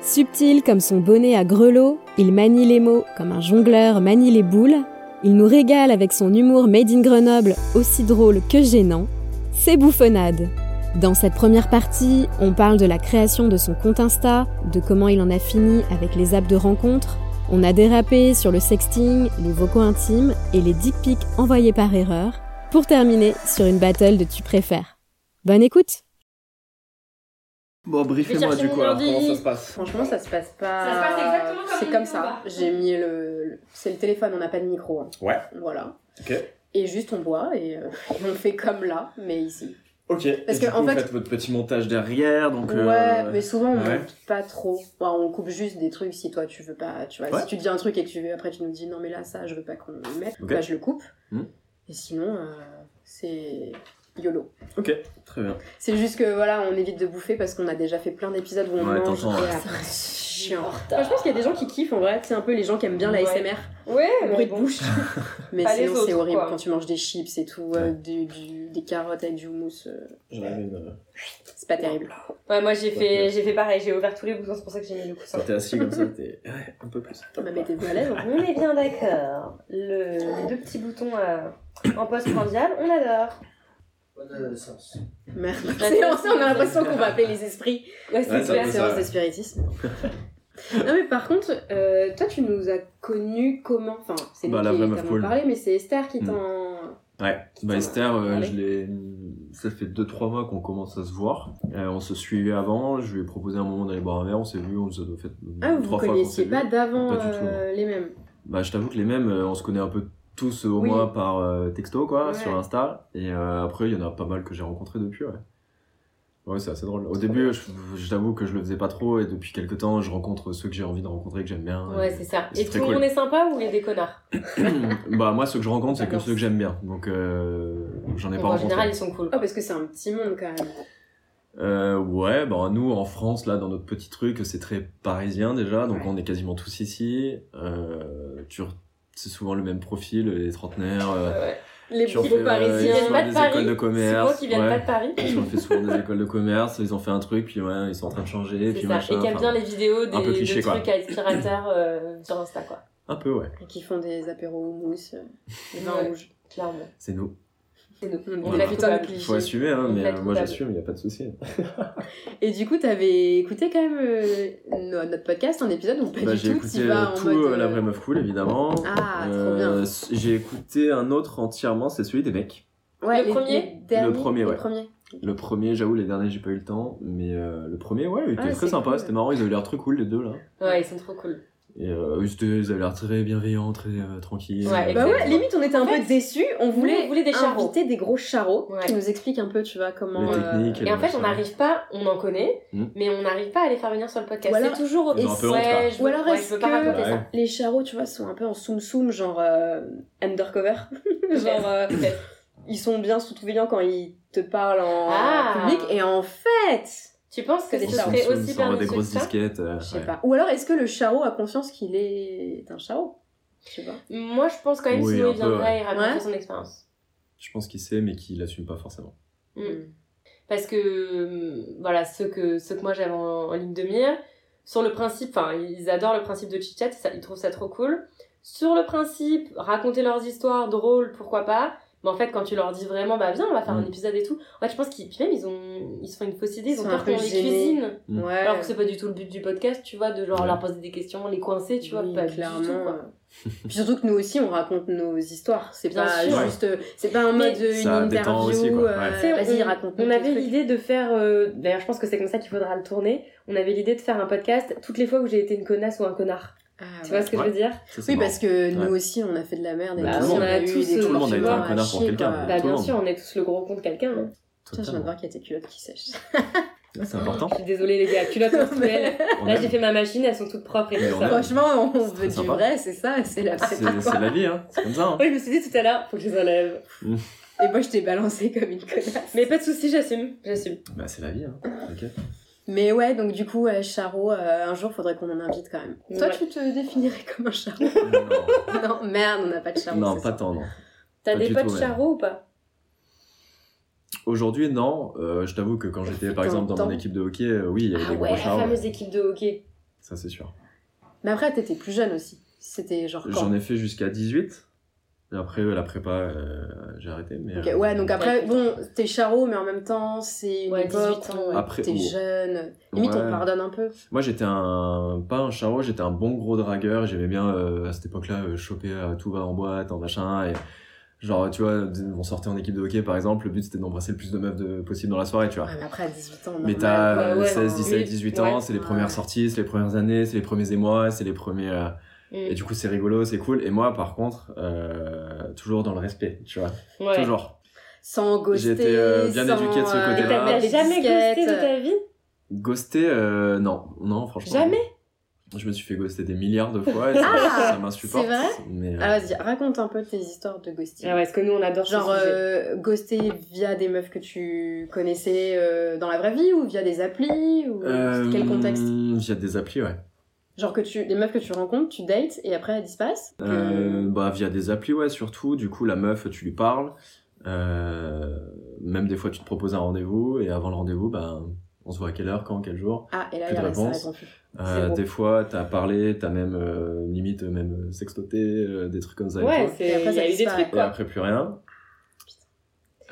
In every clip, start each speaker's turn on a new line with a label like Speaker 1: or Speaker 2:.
Speaker 1: Subtil comme son bonnet à grelot, il manie les mots comme un jongleur manie les boules. Il nous régale avec son humour made in Grenoble, aussi drôle que gênant. C'est bouffonnade. Dans cette première partie, on parle de la création de son compte Insta, de comment il en a fini avec les apps de rencontre. On a dérapé sur le sexting, les vocaux intimes et les dick pics envoyés par erreur, pour terminer sur une battle de tu préfères. Bonne écoute
Speaker 2: Bon, briefez-moi
Speaker 3: Mais
Speaker 2: du coup, alors,
Speaker 3: cherchez mon
Speaker 2: comment ça
Speaker 3: ordi.
Speaker 2: se passe
Speaker 4: Franchement, ça se passe pas.
Speaker 3: Ça se passe exactement comme
Speaker 4: C'est
Speaker 3: nous,
Speaker 4: comme
Speaker 3: on
Speaker 4: ça.
Speaker 3: va.
Speaker 4: J'ai mis le. le- C'est le téléphone, on n'a pas de micro. hein.
Speaker 2: Ouais.
Speaker 4: Voilà.
Speaker 2: Ok.
Speaker 4: Et juste on boit et, euh, et on fait comme là, mais ici.
Speaker 2: Ok.
Speaker 4: Parce
Speaker 2: et du
Speaker 4: que,
Speaker 2: coup,
Speaker 4: en
Speaker 2: vous
Speaker 4: fait-
Speaker 2: faites votre petit montage derrière, donc.
Speaker 4: Ouais,
Speaker 2: euh,
Speaker 4: mais souvent on
Speaker 2: ouais.
Speaker 4: coupe pas trop. Enfin, on coupe juste des trucs si toi tu veux pas. Tu vois,
Speaker 2: Ouais.
Speaker 4: si tu dis un truc et que tu veux, après tu nous dis non, mais là ça je veux pas qu'on le mette,
Speaker 2: Ok.
Speaker 4: bah je le coupe.
Speaker 2: Hmm.
Speaker 4: Et sinon, euh, c'est. YOLO.
Speaker 2: Ok, très bien.
Speaker 4: C'est juste que voilà, on évite de bouffer parce qu'on a déjà fait plein d'épisodes où on
Speaker 2: Ouais, hein.
Speaker 4: mange
Speaker 2: t'entends,
Speaker 4: et
Speaker 2: ouais.
Speaker 4: après c'est chiant. Enfin, je pense qu'il y a des gens qui kiffent en vrai, c'est un peu les gens qui aiment bien la
Speaker 3: Ouais.
Speaker 4: SMR.
Speaker 3: Ouais,
Speaker 4: bruit
Speaker 3: mais
Speaker 4: de
Speaker 3: bon.
Speaker 4: bouche. Mais
Speaker 3: Pas les
Speaker 4: sinon, c'est
Speaker 3: autres,
Speaker 4: horrible
Speaker 3: quoi.
Speaker 4: quand tu manges des chips et tout, euh, du- du- des carottes avec du houmous. euh,
Speaker 2: J'en avais une. euh,
Speaker 4: c'est pas terrible.
Speaker 2: oh,
Speaker 3: Ouais, moi j'ai
Speaker 2: Ouais.
Speaker 3: fait, j'ai fait pareil, j'ai ouvert tous les boussons, c'est pour ça que j'ai mis le coussin.
Speaker 2: Quand t'es assis comme ça, t'es. Ouais, un peu plus.
Speaker 4: Bah, mettez-vous à l'aise.
Speaker 3: On est bien d'accord. Le, les deux petits boutons euh, en poste mondial, on adore.
Speaker 4: Merde. C'est pour ça, on a l'impression qu'on va appeler les esprits.
Speaker 3: Ouais,
Speaker 2: Ouais,
Speaker 3: c'est
Speaker 2: ça
Speaker 3: clair.
Speaker 2: peut-
Speaker 4: La séance de spiritisme. non, mais par contre, euh, toi, tu nous as connus comment Enfin, c'est nous
Speaker 2: Bah, la
Speaker 4: qui
Speaker 2: vraie meuf
Speaker 4: t'avons
Speaker 2: cool.
Speaker 4: parlé, mais c'est Esther qui
Speaker 2: Hmm.
Speaker 4: t'en.
Speaker 2: Ouais. Bah,
Speaker 4: Putain,
Speaker 2: Esther, euh,
Speaker 4: allez.
Speaker 2: je l'ai. mm, Ça fait 2-3 mois qu'on commence à se voir. Euh, on se suivait avant, je lui ai proposé un moment d'aller boire un verre, on s'est vu, on s'est fait.
Speaker 4: Ah,
Speaker 2: trois
Speaker 4: vous vous
Speaker 2: fois qu'on s'est
Speaker 4: connaissiez
Speaker 2: vu.
Speaker 4: pas d'avant
Speaker 2: Pas du tout,
Speaker 4: euh, les mêmes
Speaker 2: Bah, je t'avoue que les mêmes, euh, on se connaît un peu tous euh, au
Speaker 4: Oui.
Speaker 2: moins par euh, texto, quoi,
Speaker 4: Ouais.
Speaker 2: sur Insta. Et euh, après, il y en a pas mal que j'ai rencontrés depuis, ouais. Ouais, c'est assez drôle. Au début, je, je t'avoue que je le faisais pas trop, et depuis quelques temps, je rencontre ceux que j'ai envie de rencontrer, que j'aime bien.
Speaker 3: Ouais, c'est ça.
Speaker 2: C'est
Speaker 3: Et
Speaker 2: très
Speaker 3: tout le
Speaker 2: cool.
Speaker 3: monde est sympa ou il y a des connards
Speaker 2: bah, moi, ceux que je rencontre, c'est que
Speaker 3: J'adore
Speaker 2: ceux que j'aime bien. Donc, euh, j'en ai pas
Speaker 3: En
Speaker 2: rencontré.
Speaker 3: général, ils sont cool.
Speaker 4: Oh, parce que c'est un petit monde quand même.
Speaker 2: Euh, ouais, bah nous en France, là, dans notre petit truc, c'est très parisien déjà, donc
Speaker 4: Ouais.
Speaker 2: on est quasiment tous ici. Euh, tu re- c'est souvent le même profil, les trentenaires. euh,
Speaker 3: Ouais.
Speaker 4: Les
Speaker 2: Tu en
Speaker 4: beaux
Speaker 2: fais, euh,
Speaker 3: Ils
Speaker 4: parisiens.
Speaker 2: tu
Speaker 3: viennent
Speaker 2: en
Speaker 3: pas
Speaker 2: fais
Speaker 3: de
Speaker 2: des écoles
Speaker 3: Paris.
Speaker 2: de commerce,
Speaker 3: C'est moi qui viens
Speaker 2: ouais.
Speaker 3: pas de Paris.
Speaker 2: Ils ont fait souvent des écoles de commerce, ils ont fait un truc, puis ouais, ils sont en train de changer,
Speaker 3: C'est
Speaker 2: puis
Speaker 3: ça.
Speaker 2: machin.
Speaker 3: et qui aiment
Speaker 2: enfin,
Speaker 3: bien les vidéos des,
Speaker 2: un peu
Speaker 3: de
Speaker 2: cliché, quoi.
Speaker 3: trucs à aspirateurs euh, sur Insta, quoi.
Speaker 2: Un peu, ouais,
Speaker 4: Et qui font des apéros houmous, euh, des vins
Speaker 3: Ouais.
Speaker 4: rouges.
Speaker 3: Clairement.
Speaker 2: c'est nous.
Speaker 3: C'est nous.
Speaker 4: On
Speaker 3: On
Speaker 2: est
Speaker 3: est
Speaker 2: la
Speaker 3: la
Speaker 4: putain de
Speaker 3: coupable.
Speaker 4: cliché.
Speaker 2: Faut assumer, hein,
Speaker 3: On
Speaker 2: mais
Speaker 3: est
Speaker 2: euh, moi
Speaker 3: coupable.
Speaker 2: j'assume, il n'y a pas de souci. hein.
Speaker 4: Et du coup, t'avais écouté quand même euh, no- notre podcast, un épisode ou pas
Speaker 2: Bah,
Speaker 4: du
Speaker 2: j'ai
Speaker 4: tout
Speaker 2: écouté
Speaker 4: t'y vas
Speaker 2: euh,
Speaker 4: en
Speaker 2: tout
Speaker 4: mode,
Speaker 2: euh, La
Speaker 4: euh,
Speaker 2: Vraie Meuf Cool, évidemment.
Speaker 4: Ah, trop
Speaker 2: Euh, s- J'ai écouté un autre entièrement, c'est celui des mecs.
Speaker 4: Ouais,
Speaker 3: Le
Speaker 4: les-
Speaker 3: premier
Speaker 4: les derniers,
Speaker 2: Le premier,
Speaker 4: les
Speaker 2: ouais.
Speaker 4: premiers.
Speaker 2: Le premier, j'avoue, les derniers, j'ai pas eu le temps, mais euh, le premier, ouais, il était
Speaker 4: Ah,
Speaker 2: très
Speaker 4: c'est
Speaker 2: sympa,
Speaker 4: cool.
Speaker 2: c'était marrant, ils avaient l'air très cool, les deux, là.
Speaker 3: Ouais, ils sont trop cool.
Speaker 2: Et euh, eux, c'était- ils avaient l'air très bienveillants, très euh, tranquilles.
Speaker 3: Ouais,
Speaker 4: Bah
Speaker 3: Exactement.
Speaker 4: ouais, limite, on était un
Speaker 3: En
Speaker 4: peu
Speaker 3: fait,
Speaker 4: déçus. On voulait,
Speaker 3: on voulait des charros.
Speaker 4: inviter des gros charros
Speaker 3: Ouais.
Speaker 4: qui nous expliquent un peu, tu vois, comment.
Speaker 2: Les
Speaker 4: euh,
Speaker 2: techniques.
Speaker 3: Et en fait, on
Speaker 2: machin.
Speaker 3: n'arrive pas, on en connaît,
Speaker 2: Mm.
Speaker 3: mais on n'arrive pas à les faire venir sur le podcast.
Speaker 4: Ou alors-
Speaker 3: C'est toujours
Speaker 2: Ils ont un peu honte,
Speaker 3: ouais,
Speaker 2: quoi.
Speaker 3: je veux,
Speaker 4: Ou alors,
Speaker 3: ouais, je
Speaker 4: est-ce
Speaker 3: veux pas
Speaker 4: que
Speaker 3: raconter
Speaker 2: Ouais.
Speaker 3: ça.
Speaker 4: les charros, tu vois, sont un peu en soum-soum, genre euh, undercover Genre, euh,
Speaker 3: Peut-être.
Speaker 4: ils sont bien sous surveillants quand ils te parlent en
Speaker 3: Ah.
Speaker 4: public. Et en fait,
Speaker 3: Tu penses que
Speaker 4: Ils
Speaker 3: ce
Speaker 4: sont
Speaker 3: serait
Speaker 2: Samsung, ça
Speaker 3: aussi
Speaker 2: envoie
Speaker 3: permis
Speaker 2: des grosses
Speaker 3: ça
Speaker 2: disquettes. euh,
Speaker 4: Je sais
Speaker 2: ouais.
Speaker 4: pas. Ou alors, est-ce que le charreau a conscience qu'il est un charreau Je sais pas.
Speaker 3: Moi, je pense quand même
Speaker 2: Oui,
Speaker 3: sinon
Speaker 2: un
Speaker 3: il
Speaker 2: peu,
Speaker 3: viendrait et
Speaker 4: Ouais.
Speaker 3: raconter son expérience.
Speaker 2: Je pense qu'il sait, mais qu'il l'assume pas forcément.
Speaker 3: Mm. Parce que, euh, voilà, ceux que, ceux que moi j'avais en, en ligne de mire, sur le principe, enfin, ils adorent le principe de chit-chat, ça- ils trouvent ça trop cool. Sur le principe, raconter leurs histoires drôles, pourquoi pas. Mais en fait, quand tu leur dis vraiment, bah viens, on va faire un
Speaker 2: Mm.
Speaker 3: épisode et tout. Ouais, je pense qu'ils puis même, ils, ont, ils se font une fausse idée, ils ont
Speaker 4: sont
Speaker 3: peur
Speaker 4: un peu
Speaker 3: qu'on les
Speaker 4: gênés.
Speaker 3: cuisine.
Speaker 2: Mm.
Speaker 4: Ouais.
Speaker 3: Alors que c'est pas du tout le but du podcast, tu vois, de genre
Speaker 2: Ouais.
Speaker 3: leur poser des questions, les coincer, tu vois,
Speaker 4: Oui,
Speaker 3: pas
Speaker 4: clairement.
Speaker 3: du tout. Quoi.
Speaker 4: euh. Puis surtout que nous aussi, on raconte nos histoires. C'est
Speaker 3: Bien
Speaker 4: pas
Speaker 3: sûr.
Speaker 4: juste. euh, C'est pas en
Speaker 3: Mais-
Speaker 4: mode euh, une
Speaker 2: Ça détend
Speaker 4: interview.
Speaker 2: aussi, quoi,
Speaker 4: euh,
Speaker 2: ouais.
Speaker 3: Tu sais,
Speaker 4: Vas-y,
Speaker 3: on-
Speaker 4: raconte
Speaker 3: On avait l'idée de faire, euh, d'ailleurs je pense que c'est comme ça qu'il faudra le tourner, on avait l'idée de faire un podcast toutes les fois où j'ai été une connasse ou un connard.
Speaker 4: Ah,
Speaker 3: Tu vois ce que
Speaker 2: Ouais.
Speaker 3: je veux dire
Speaker 2: Ça, c'est
Speaker 4: Oui,
Speaker 2: marrant.
Speaker 4: parce que
Speaker 2: Ouais.
Speaker 4: nous aussi, on a fait de la merde. Et
Speaker 2: Bah,
Speaker 4: nous
Speaker 2: tout
Speaker 4: aussi,
Speaker 2: le
Speaker 4: on a
Speaker 3: monde.
Speaker 4: eu des
Speaker 3: Tout le monde a été
Speaker 4: tortures
Speaker 2: un
Speaker 4: à
Speaker 2: connard pour
Speaker 4: chier,
Speaker 2: quelqu'un.
Speaker 4: quoi.
Speaker 3: Bah
Speaker 2: Ah, Tout le
Speaker 3: bien
Speaker 2: monde.
Speaker 3: sûr, on est tous le gros con de quelqu'un. hein.
Speaker 4: Putain, je viens de
Speaker 2: Totalement.
Speaker 4: voir qu'il y a tes culottes qui sèchent.
Speaker 2: Ah, c'est important.
Speaker 3: Je suis désolée, les gars, culotte menstruelle.
Speaker 2: On
Speaker 3: Là,
Speaker 2: aime.
Speaker 3: j'ai fait ma machine, elles sont toutes propres et
Speaker 2: Mais
Speaker 3: tout
Speaker 2: on
Speaker 3: ça.
Speaker 2: aime.
Speaker 4: Franchement, on
Speaker 2: C'est
Speaker 4: veut du
Speaker 2: sympa.
Speaker 4: vrai, c'est ça, c'est la c'est pas
Speaker 2: C'est c'est
Speaker 4: quoi.
Speaker 2: la vie, hein. C'est comme ça. hein.
Speaker 3: Oui, je me suis dit tout à l'heure, faut que je les enlève.
Speaker 4: Et moi, je t'ai balancé comme une connasse.
Speaker 3: Mais pas de soucis, j'assume, j'assume.
Speaker 2: Bah, c'est la vie, hein. T'inquiète.
Speaker 4: Mais ouais, donc du coup, euh, Charo, euh, un jour, faudrait qu'on en invite quand même. Toi,
Speaker 3: Ouais.
Speaker 4: tu te définirais comme un Charo Non, merde, on n'a pas de Charo.
Speaker 2: Non,
Speaker 4: c'est
Speaker 2: pas
Speaker 4: ça.
Speaker 2: tant, non.
Speaker 3: T'as
Speaker 2: Pas
Speaker 3: des
Speaker 2: du
Speaker 3: potes
Speaker 2: tout, ouais.
Speaker 3: charros ou pas
Speaker 2: Aujourd'hui, non. Euh, je t'avoue que quand j'étais, par
Speaker 4: Dans
Speaker 2: exemple,
Speaker 4: le
Speaker 2: dans mon
Speaker 4: temps.
Speaker 2: équipe de hockey, euh, oui, il y avait
Speaker 3: Ah
Speaker 2: des
Speaker 3: ouais,
Speaker 2: gros
Speaker 3: la
Speaker 2: chars. ouais.
Speaker 3: fameuse équipe de hockey.
Speaker 2: Ça, c'est sûr.
Speaker 4: Mais après, t'étais plus jeune aussi. C'était genre quand
Speaker 2: J'en ai fait jusqu'à 18. Et après, euh, la prépa, euh, j'ai arrêté. Mais,
Speaker 4: Ok,
Speaker 2: euh,
Speaker 4: ouais, donc après,
Speaker 3: Ouais.
Speaker 4: bon, t'es charot, mais en même temps, c'est une
Speaker 3: Ouais,
Speaker 4: époque
Speaker 3: 18 ans,
Speaker 4: où
Speaker 3: ouais.
Speaker 2: Après,
Speaker 4: t'es
Speaker 2: bon.
Speaker 4: jeune. Limite, on
Speaker 2: Ouais.
Speaker 4: pardonne un peu.
Speaker 2: Moi, j'étais un. Pas un charreau, j'étais un bon gros dragueur. J'aimais bien, euh, à cette époque-là, euh, choper à tout va en boîte, en machin. Et genre, tu vois, on sortait en équipe de hockey, par exemple. Le but, c'était d'embrasser le plus de meufs de- possible dans la soirée, tu vois.
Speaker 4: Ouais, mais après, à 18 ans,
Speaker 2: Mais
Speaker 4: normal,
Speaker 2: t'as
Speaker 4: quoi.
Speaker 2: euh,
Speaker 3: ouais,
Speaker 2: 16,
Speaker 4: hein.
Speaker 2: 17,
Speaker 3: Oui,
Speaker 2: 18
Speaker 3: ouais.
Speaker 2: ans, c'est les premières sorties, c'est les premières années, c'est les premiers émois, c'est les premiers. euh, Et
Speaker 3: Mm.
Speaker 2: du coup, c'est rigolo, c'est cool. Et moi, par contre, euh, toujours dans le respect, tu vois.
Speaker 3: Ouais.
Speaker 2: Toujours.
Speaker 4: Sans ghoster.
Speaker 2: J'étais, euh, bien
Speaker 4: sans,
Speaker 2: éduqué de ce
Speaker 4: euh,
Speaker 3: Et
Speaker 2: côté-là.
Speaker 3: t'as
Speaker 4: les
Speaker 3: jamais ghosté de
Speaker 4: disquettes.
Speaker 3: ta vie
Speaker 2: Ghoster, euh, non, non, franchement.
Speaker 3: Jamais
Speaker 2: Je me suis fait ghoster des milliards de fois et ça,
Speaker 4: Ah,
Speaker 2: ça m'insupporte.
Speaker 4: c'est vrai
Speaker 2: mais, euh,
Speaker 4: Ah, vas-y, raconte un peu tes histoires de ghosting.
Speaker 3: Ah ouais, parce que nous, on adore
Speaker 4: Genre,
Speaker 3: ce sujet.
Speaker 4: euh, ghoster via des meufs que tu connaissais euh, dans la vraie vie ou via des applis ou
Speaker 2: euh,
Speaker 4: quel contexte
Speaker 2: Il y a des applis, ouais.
Speaker 4: Genre que tu, les meufs que tu rencontres, tu dates et après elles disparaissent Que-
Speaker 2: Euh, bah, via des applis, ouais, surtout. Du coup, la meuf, tu lui parles. Euh, même des fois, tu te proposes un rendez-vous et avant le rendez-vous, ben, on se voit à quelle heure, quand, quel jour.
Speaker 4: Ah, et là,
Speaker 2: plus
Speaker 4: il
Speaker 2: de
Speaker 4: reste, ça
Speaker 2: réponse.
Speaker 4: répond plus.
Speaker 2: Euh,
Speaker 3: Zéro.
Speaker 2: des fois, t'as parlé, t'as même euh, limite même euh, sextoté, euh, des trucs comme ça. et
Speaker 3: Ouais,
Speaker 2: tout.
Speaker 3: c'est-
Speaker 4: Et après,
Speaker 3: il y
Speaker 4: ça
Speaker 3: a eu des
Speaker 4: disparaît.
Speaker 3: trucs,
Speaker 2: Et
Speaker 3: quoi.
Speaker 2: après, plus rien.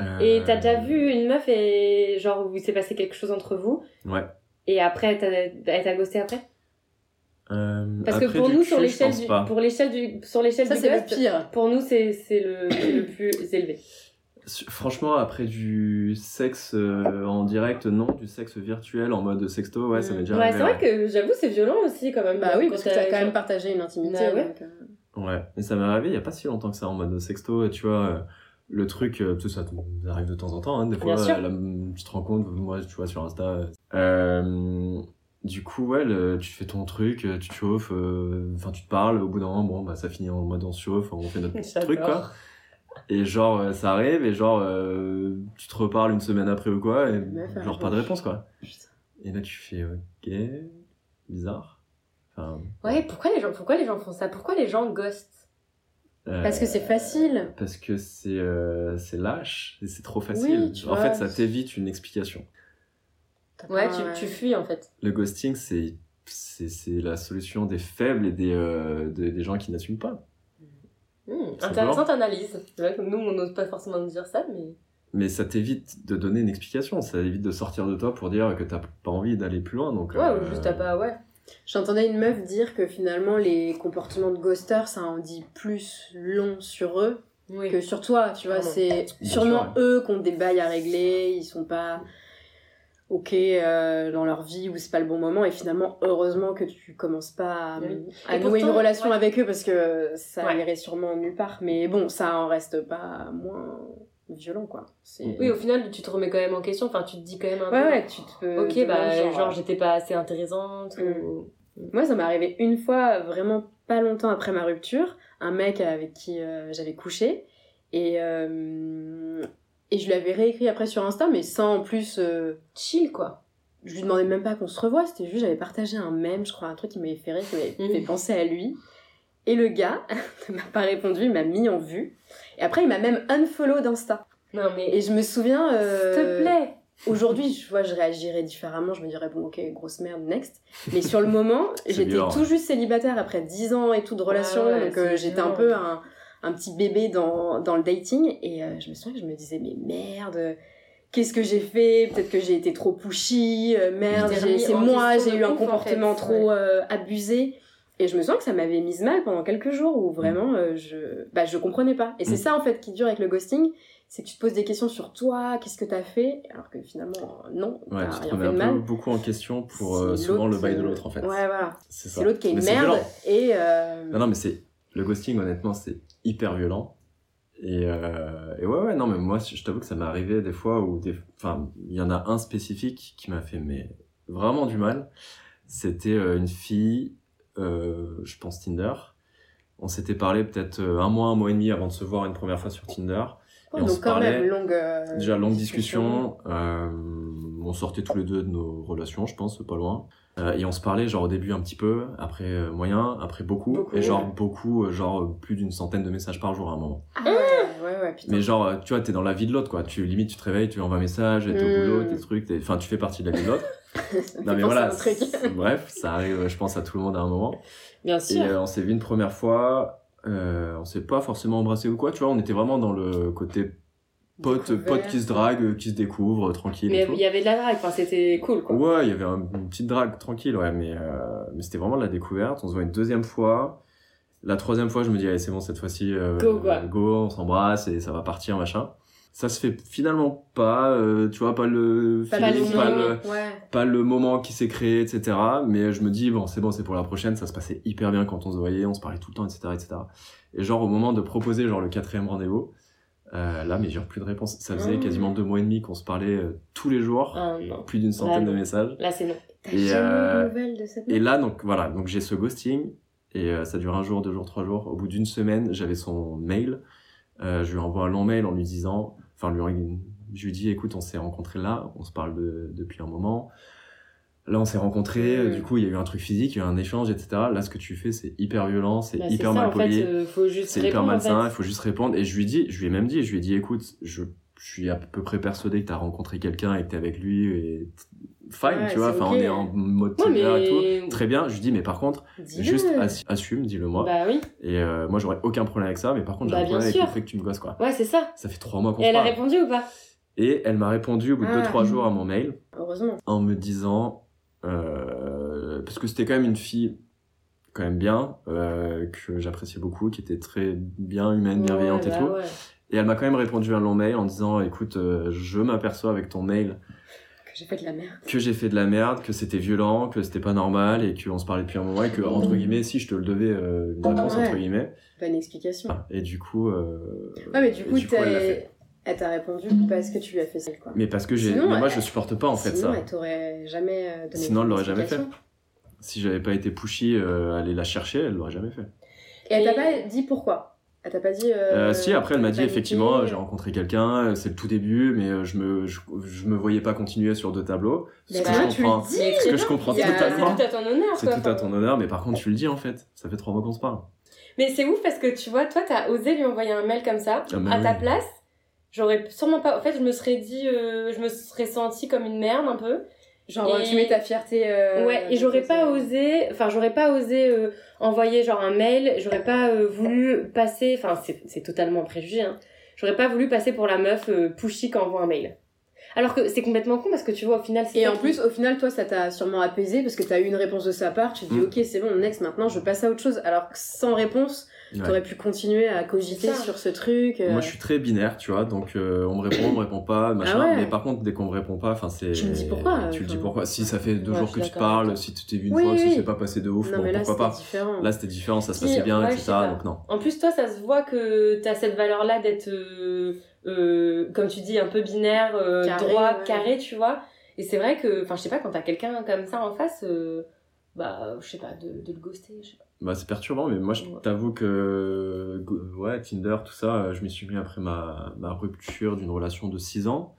Speaker 2: Euh,
Speaker 3: Et t'as déjà vu une meuf et genre, où il s'est passé quelque chose entre vous
Speaker 2: Ouais.
Speaker 3: et après, elle t'a- elle t'a ghosté après
Speaker 2: Euh,
Speaker 3: Parce que
Speaker 2: après,
Speaker 3: pour
Speaker 2: du
Speaker 3: nous,
Speaker 2: cul,
Speaker 3: sur
Speaker 2: je
Speaker 3: l'échelle
Speaker 2: pense
Speaker 3: du,
Speaker 2: pas.
Speaker 3: pour l'échelle du, sur l'échelle
Speaker 4: Ça,
Speaker 3: du
Speaker 4: c'est le
Speaker 3: ghost,
Speaker 4: pire.
Speaker 3: pour nous, c'est c'est le, c'est le plus élevé.
Speaker 2: Su- Franchement, après du sexe euh, en direct, non, du sexe virtuel en mode sexto, ouais, ça m'est déjà
Speaker 3: Ouais, c'est
Speaker 2: arrivé.
Speaker 3: vrai que j'avoue, c'est violent aussi quand même.
Speaker 4: Bah oui, parce que
Speaker 3: Quand
Speaker 4: t'as quand même partagé une intimité.
Speaker 3: Ah ouais.
Speaker 4: donc, euh,
Speaker 2: que... Ouais, mais ça m'est arrivé il y a pas si longtemps que ça en mode sexto, tu vois. euh, le truc, euh, tout ça t- ça arrive de temps en temps, hein, des fois,
Speaker 3: Bien sûr.
Speaker 2: euh, là, mm, tu te rends compte, moi, tu vois, sur Insta. euh, euh, du coup, ouais, le- tu fais ton truc, euh, tu te chauffes, euh, enfin, tu te parles, au bout d'un moment, bon, bah, ça finit en mode on se chauffe, on fait notre petit
Speaker 3: J'adore.
Speaker 2: truc, quoi. Et genre, euh, ça arrive, et genre, euh, tu te reparles une semaine après ou quoi, et
Speaker 4: meuf, elle
Speaker 2: genre,
Speaker 4: répond.
Speaker 2: pas de réponse, quoi.
Speaker 4: putain.
Speaker 2: Et là, tu fais OK, bizarre. Enfin,
Speaker 3: Ouais, pourquoi les gens, pourquoi les gens font ça Pourquoi les gens ghostent
Speaker 2: euh,
Speaker 4: Parce que c'est facile.
Speaker 2: Parce que c'est euh, c'est lâche et c'est trop facile.
Speaker 4: tu
Speaker 2: en
Speaker 4: vois.
Speaker 2: fait, ça t'évite une explication.
Speaker 4: T'as
Speaker 3: Ouais,
Speaker 4: pas-
Speaker 3: tu, tu fuis en fait.
Speaker 2: Le ghosting, c'est c'est c'est la solution des faibles et des, euh, de- des gens qui n'assument pas.
Speaker 3: Hmm,
Speaker 2: Simplement.
Speaker 3: intéressante analyse. C'est vrai que nous, on n'ose pas forcément nous dire ça, mais.
Speaker 2: Mais ça t'évite de donner une explication. Ça évite de sortir de toi pour dire que t'as pas envie d'aller plus loin. Donc,
Speaker 3: Ouais,
Speaker 2: euh,
Speaker 3: ou juste à pas, ouais.
Speaker 4: J'entendais une meuf dire que finalement les comportements de ghosters, ça en dit plus long sur eux
Speaker 3: Oui.
Speaker 4: que sur toi, tu vois.
Speaker 3: Pardon.
Speaker 4: C'est
Speaker 2: Bien
Speaker 4: sûrement
Speaker 2: sûr,
Speaker 4: eux qui ont des bails à régler, ils sont pas ok euh, dans leur vie ou c'est pas le bon moment. Et finalement, heureusement que tu commences pas à,
Speaker 3: Oui.
Speaker 4: à
Speaker 3: Et
Speaker 4: nouer
Speaker 3: pourtant,
Speaker 4: une relation
Speaker 3: ouais.
Speaker 4: avec eux parce que ça
Speaker 3: Ouais.
Speaker 4: irait sûrement nulle part. Mais bon, ça en reste pas moins violent, quoi. C'est-
Speaker 3: Oui, au final, tu te remets quand même en question. Enfin, tu te dis quand même un
Speaker 4: Ouais,
Speaker 3: peu.
Speaker 4: ouais, tu te.
Speaker 3: Ok,
Speaker 4: demandes,
Speaker 3: bah, genre,
Speaker 4: euh, Mm.
Speaker 3: j'étais pas assez intéressante. Ou...
Speaker 4: Moi, ça m'est arrivé une fois, vraiment pas longtemps après ma rupture, un mec avec qui euh, j'avais couché. Et, euh, et je lui avais réécrit après sur Insta, mais sans en plus. euh,
Speaker 3: Chill, quoi.
Speaker 4: je lui demandais même pas qu'on se revoie, c'était juste j'avais partagé un mème, je crois, un truc qui m'avait fait rire, qui m'avait
Speaker 3: Mhm.
Speaker 4: fait penser à lui. Et le gars ne m'a pas répondu, il m'a mis en vue. Et après, il m'a même unfollow d'Insta.
Speaker 3: Non, mais.
Speaker 4: Et je me souviens.
Speaker 3: S'il
Speaker 4: euh,
Speaker 3: te plaît
Speaker 4: Aujourd'hui, je vois, je réagirais différemment, je me dirais, bon, ok, grosse merde, next. Mais sur le moment,
Speaker 2: C'est
Speaker 4: j'étais
Speaker 2: violent.
Speaker 4: tout juste célibataire après 10 ans et tout de relation,
Speaker 3: Ouais, ouais,
Speaker 4: donc euh,
Speaker 3: c'est
Speaker 4: j'étais un
Speaker 3: violent.
Speaker 4: peu un, un petit bébé dans, dans le dating, et euh, je me souviens que je me disais, mais merde, euh, qu'est-ce que j'ai fait Peut-être que j'ai été trop pushy, euh, merde,
Speaker 3: Tu t'es
Speaker 4: j'ai-
Speaker 3: remis
Speaker 4: c'est
Speaker 3: en
Speaker 4: moi,
Speaker 3: question
Speaker 4: j'ai
Speaker 3: de
Speaker 4: eu un
Speaker 3: ouf, en
Speaker 4: comportement
Speaker 3: fait,
Speaker 4: trop euh, abusé. Et je me souviens que ça m'avait mise mal pendant quelques jours où vraiment euh, je bah, je comprenais pas. Et c'est
Speaker 2: Mm.
Speaker 4: ça en fait qui dure avec le ghosting, c'est que tu te poses des questions sur toi, qu'est-ce que t'as fait, alors que finalement, euh, non,
Speaker 2: Ouais,
Speaker 4: t'as
Speaker 2: tu te
Speaker 4: rien
Speaker 2: remets
Speaker 4: fait de
Speaker 2: un peu
Speaker 4: mal.
Speaker 2: beaucoup en question pour
Speaker 4: C'est
Speaker 2: euh, souvent le
Speaker 4: l'autre,
Speaker 2: bail de
Speaker 4: euh,
Speaker 2: l'autre, en fait.
Speaker 4: Ouais, voilà.
Speaker 2: C'est
Speaker 4: C'est
Speaker 2: ça.
Speaker 4: l'autre qui est une
Speaker 2: Mais c'est
Speaker 4: merde.
Speaker 2: violent.
Speaker 4: Et. euh,
Speaker 2: Non, non, mais c'est. Le ghosting, honnêtement, c'est hyper violent. Et, euh, et ouais, ouais, non, mais moi, je t'avoue que ça m'est arrivé des fois où, des, enfin, il y en a un spécifique qui m'a fait mais vraiment du mal. C'était euh, une fille, euh, je pense Tinder. On s'était parlé peut-être euh, un mois, un mois et demi avant de se voir une première fois sur Tinder.
Speaker 4: Oh,
Speaker 2: Et on se
Speaker 4: donc, quand même,
Speaker 2: parlait.
Speaker 4: longue. euh,
Speaker 2: Déjà, longue discussion. euh, on sortait tous les deux de nos relations, je pense, pas loin. Euh, et on se parlait, genre, au début un petit peu, après euh, moyen, après beaucoup,
Speaker 4: Beaucoup,
Speaker 2: Et genre,
Speaker 4: ouais.
Speaker 2: beaucoup, euh, genre, euh, plus d'une centaine de messages par jour à un moment.
Speaker 4: Ah, ouais, ouais, ouais, putain.
Speaker 2: Mais genre, euh, tu vois, t'es dans la vie de l'autre, quoi. Tu, limite, tu te réveilles, tu envoies un message, t'es
Speaker 4: Mm.
Speaker 2: au boulot, tes trucs, t'es- enfin, tu fais partie de la vie de l'autre.
Speaker 4: Ça me
Speaker 2: non,
Speaker 4: fait
Speaker 2: mais
Speaker 4: penser à
Speaker 2: voilà.
Speaker 4: un truc.
Speaker 2: c'est- Bref, ça arrive, je pense, à tout le monde à un moment.
Speaker 4: Bien
Speaker 2: Et
Speaker 4: sûr.
Speaker 2: euh, on s'est vu une première fois. Euh, on s'est pas forcément embrassé ou quoi, tu vois. On était vraiment dans le côté pote,
Speaker 4: Découvert.
Speaker 2: pote qui se drague, euh, qui se découvre, euh, tranquille. et
Speaker 3: Mais
Speaker 2: tout.
Speaker 3: il y avait de la drague, enfin, c'était cool, quoi.
Speaker 2: Ouais, il y avait un- une petite drague tranquille, ouais, mais, euh, mais c'était vraiment de la découverte. On se voit une deuxième fois. La troisième fois, je me dis, allez, c'est bon, cette fois-ci, euh,
Speaker 3: Go, quoi.
Speaker 2: go, on s'embrasse et ça va partir, machin. Ça se fait finalement pas, euh, tu vois, pas le
Speaker 4: Pas
Speaker 2: feeling,
Speaker 4: le
Speaker 2: pas,
Speaker 4: moment,
Speaker 2: le,
Speaker 4: Ouais.
Speaker 2: pas le moment qui s'est créé, etc. Mais je me dis, bon, c'est bon, c'est pour la prochaine, ça se passait hyper bien quand on se voyait, on se parlait tout le temps, etc. etc. Et genre, au moment de proposer, genre, le quatrième rendez-vous, euh, là, mais j'ai plus de réponse. Ça faisait
Speaker 3: Ah.
Speaker 2: quasiment deux mois et demi qu'on se parlait euh, tous les jours,
Speaker 3: Ah, non.
Speaker 2: plus d'une centaine
Speaker 3: Ah,
Speaker 2: de
Speaker 3: non.
Speaker 2: messages.
Speaker 3: Là, c'est non.
Speaker 4: T'as
Speaker 2: Et,
Speaker 4: jamais
Speaker 2: euh,
Speaker 4: eu de nouvelles de cette
Speaker 2: Et là, donc voilà, donc j'ai ce ghosting et euh, ça dure un jour, deux jours, trois jours. Au bout d'une semaine, j'avais son mail. Euh, je lui envoie un long mail en lui disant, enfin, lui, je lui dis, écoute, on s'est rencontrés là, on se parle de- depuis un moment. Là, on s'est rencontrés, euh,
Speaker 3: Mm.
Speaker 2: du coup, il y a eu un truc physique, il y a eu un échange, etc. Là, ce que tu fais, c'est hyper violent, c'est
Speaker 3: Bah, c'est
Speaker 2: hyper
Speaker 3: ça,
Speaker 2: mal
Speaker 3: en fait,
Speaker 2: poli,
Speaker 3: euh, faut juste
Speaker 2: c'est hyper
Speaker 3: répondre, en
Speaker 2: malsain, il
Speaker 3: fait.
Speaker 2: faut juste répondre. Et je lui dis, je lui ai même dit, je lui ai dit, écoute, je, je suis à peu près persuadé que t'as rencontré quelqu'un et que t'es avec lui et fine,
Speaker 4: Ouais,
Speaker 2: tu vois,
Speaker 4: c'est
Speaker 2: enfin,
Speaker 4: ok.
Speaker 2: on est en mode
Speaker 3: Ouais,
Speaker 2: Tinder et tout.
Speaker 3: mais...
Speaker 2: Très bien, je lui dis, mais par contre,
Speaker 4: Dis-le.
Speaker 2: euh, juste assu- assume, dis-le moi.
Speaker 3: Bah oui,
Speaker 2: Et euh, moi, j'aurais aucun problème avec ça, mais par contre, j'ai
Speaker 3: Bah,
Speaker 2: un problème
Speaker 3: bien
Speaker 2: avec
Speaker 3: sûr.
Speaker 2: le fait que tu me gosses, quoi.
Speaker 3: ouais, c'est ça.
Speaker 2: Ça fait trois mois qu'on
Speaker 3: Et
Speaker 2: se
Speaker 3: elle a
Speaker 2: parle.
Speaker 3: répondu ou pas
Speaker 2: Et elle m'a répondu au bout de
Speaker 4: Ah.
Speaker 2: deux, trois jours à mon mail
Speaker 4: Heureusement.
Speaker 2: en me disant, euh, parce que c'était quand même une fille quand même bien, euh, que j'appréciais beaucoup, qui était très bien humaine, bienveillante
Speaker 3: Ouais,
Speaker 2: et
Speaker 3: bah
Speaker 2: tout.
Speaker 3: ouais.
Speaker 2: Et elle m'a quand même répondu un long mail en disant, écoute, euh, je m'aperçois avec ton mail
Speaker 4: Que j'ai fait de la merde.
Speaker 2: que j'ai fait de la merde, que c'était violent, que c'était pas normal et qu'on se parlait depuis un moment et que, entre guillemets, si je te le devais, euh, une réponse,
Speaker 4: Ouais.
Speaker 2: entre guillemets.
Speaker 4: Bonne explication.
Speaker 2: Ah, Et du coup. euh,
Speaker 4: Ouais, mais
Speaker 2: et
Speaker 4: du coup, t'as-
Speaker 2: elle l'a fait.
Speaker 4: elle t'a répondu parce que tu lui as fait ça, quoi.
Speaker 2: Mais parce que j'ai.
Speaker 4: Sinon,
Speaker 2: mais moi,
Speaker 4: elle-
Speaker 2: je supporte pas en fait
Speaker 4: Sinon,
Speaker 2: ça.
Speaker 4: elle t'aurait jamais euh, donné
Speaker 2: Sinon, elle l'aurait jamais
Speaker 4: d'explication.
Speaker 2: Si j'avais pas été pushy, euh, aller la chercher, elle l'aurait jamais fait.
Speaker 4: Et elle t'a
Speaker 3: Et-
Speaker 4: pas dit pourquoi Elle t'a pas dit.
Speaker 2: Euh, si, après, elle m'a
Speaker 4: t'as
Speaker 2: dit
Speaker 4: paniqué
Speaker 2: effectivement, euh, j'ai rencontré quelqu'un, euh, c'est le tout début, mais euh, je me, je, je me voyais pas continuer sur deux tableaux. Ce
Speaker 4: Mais
Speaker 2: que
Speaker 4: bah,
Speaker 2: je
Speaker 4: tu le
Speaker 2: comprends.
Speaker 4: dis,
Speaker 3: Mais
Speaker 2: Ce que
Speaker 3: très
Speaker 2: je
Speaker 3: bien.
Speaker 2: comprends
Speaker 4: il y a-
Speaker 2: totalement.
Speaker 3: C'est tout à ton honneur,
Speaker 2: C'est
Speaker 3: quoi.
Speaker 2: tout à
Speaker 3: Enfin,
Speaker 2: ton honneur, mais par contre, tu le dis en fait. Ça fait trois mois qu'on se parle.
Speaker 3: Mais c'est ouf parce que tu vois, toi, t'as osé lui envoyer un mail comme ça,
Speaker 2: Ah, mais
Speaker 3: à ta
Speaker 2: oui.
Speaker 3: place. J'aurais sûrement pas. En fait, je me serais dit. euh, je me serais sentie comme une merde un peu.
Speaker 4: Genre,
Speaker 3: Et-
Speaker 4: tu mets ta fierté. euh,
Speaker 3: ouais, et j'aurais
Speaker 4: dans
Speaker 3: pas
Speaker 4: ton-
Speaker 3: osé. Enfin, j'aurais pas osé euh, envoyer genre un mail. J'aurais pas euh, voulu passer. Enfin, c'est c'est totalement un préjugé. Hein. J'aurais pas voulu passer pour la meuf euh, pushy qui envoie un mail. Alors que c'est complètement con parce que tu vois, au final, c'est.
Speaker 4: Et
Speaker 3: ça
Speaker 4: en
Speaker 3: qui-
Speaker 4: plus, au final, toi, ça t'a sûrement apaisé parce que t'as eu une réponse de sa part. Tu te dis,
Speaker 2: Mm.
Speaker 4: ok, c'est bon, next, maintenant, je passe à autre chose. Alors que sans réponse,
Speaker 2: Ouais.
Speaker 4: t'aurais pu continuer à cogiter
Speaker 3: C'est ça.
Speaker 4: sur ce truc. euh,
Speaker 2: Moi, je suis très binaire, tu vois. Donc, euh, on me répond, on me répond pas, machin.
Speaker 4: Ah ouais.
Speaker 2: Mais par contre, dès qu'on me répond pas, enfin, c'est.
Speaker 4: Tu me dis pourquoi,
Speaker 2: Tu le dis
Speaker 4: enfin.
Speaker 2: pourquoi. Si ça fait deux
Speaker 3: Ouais, je
Speaker 2: jours
Speaker 3: suis
Speaker 2: que tu
Speaker 3: d'accord avec toi.
Speaker 2: parles, si tu t'es vu une
Speaker 4: Oui,
Speaker 2: fois,
Speaker 4: oui.
Speaker 2: si c'est pas passé de ouf,
Speaker 4: Non,
Speaker 2: bon,
Speaker 4: mais là,
Speaker 2: pourquoi
Speaker 4: c'était
Speaker 2: pas.
Speaker 4: différent.
Speaker 2: Là, c'était différent, ça se
Speaker 3: Si,
Speaker 2: passait bien,
Speaker 3: ouais, je sais
Speaker 2: etc.
Speaker 3: pas.
Speaker 2: Donc, non.
Speaker 3: En plus, toi, ça se voit que t'as cette valeur-là d'être, euh, euh, comme tu dis, un peu binaire, euh,
Speaker 4: Carré,
Speaker 3: droit,
Speaker 4: ouais.
Speaker 3: carré, tu vois. Et c'est vrai que, enfin, je sais pas, quand t'as quelqu'un comme ça en face, euh, bah, je sais pas, de, de le ghoster, je sais pas.
Speaker 2: Bah, c'est perturbant, mais moi, je
Speaker 3: Ouais.
Speaker 2: t'avoue que. go- Ouais, Tinder, tout ça, euh, je m'y suis mis après ma, ma rupture d'une relation de 6 ans.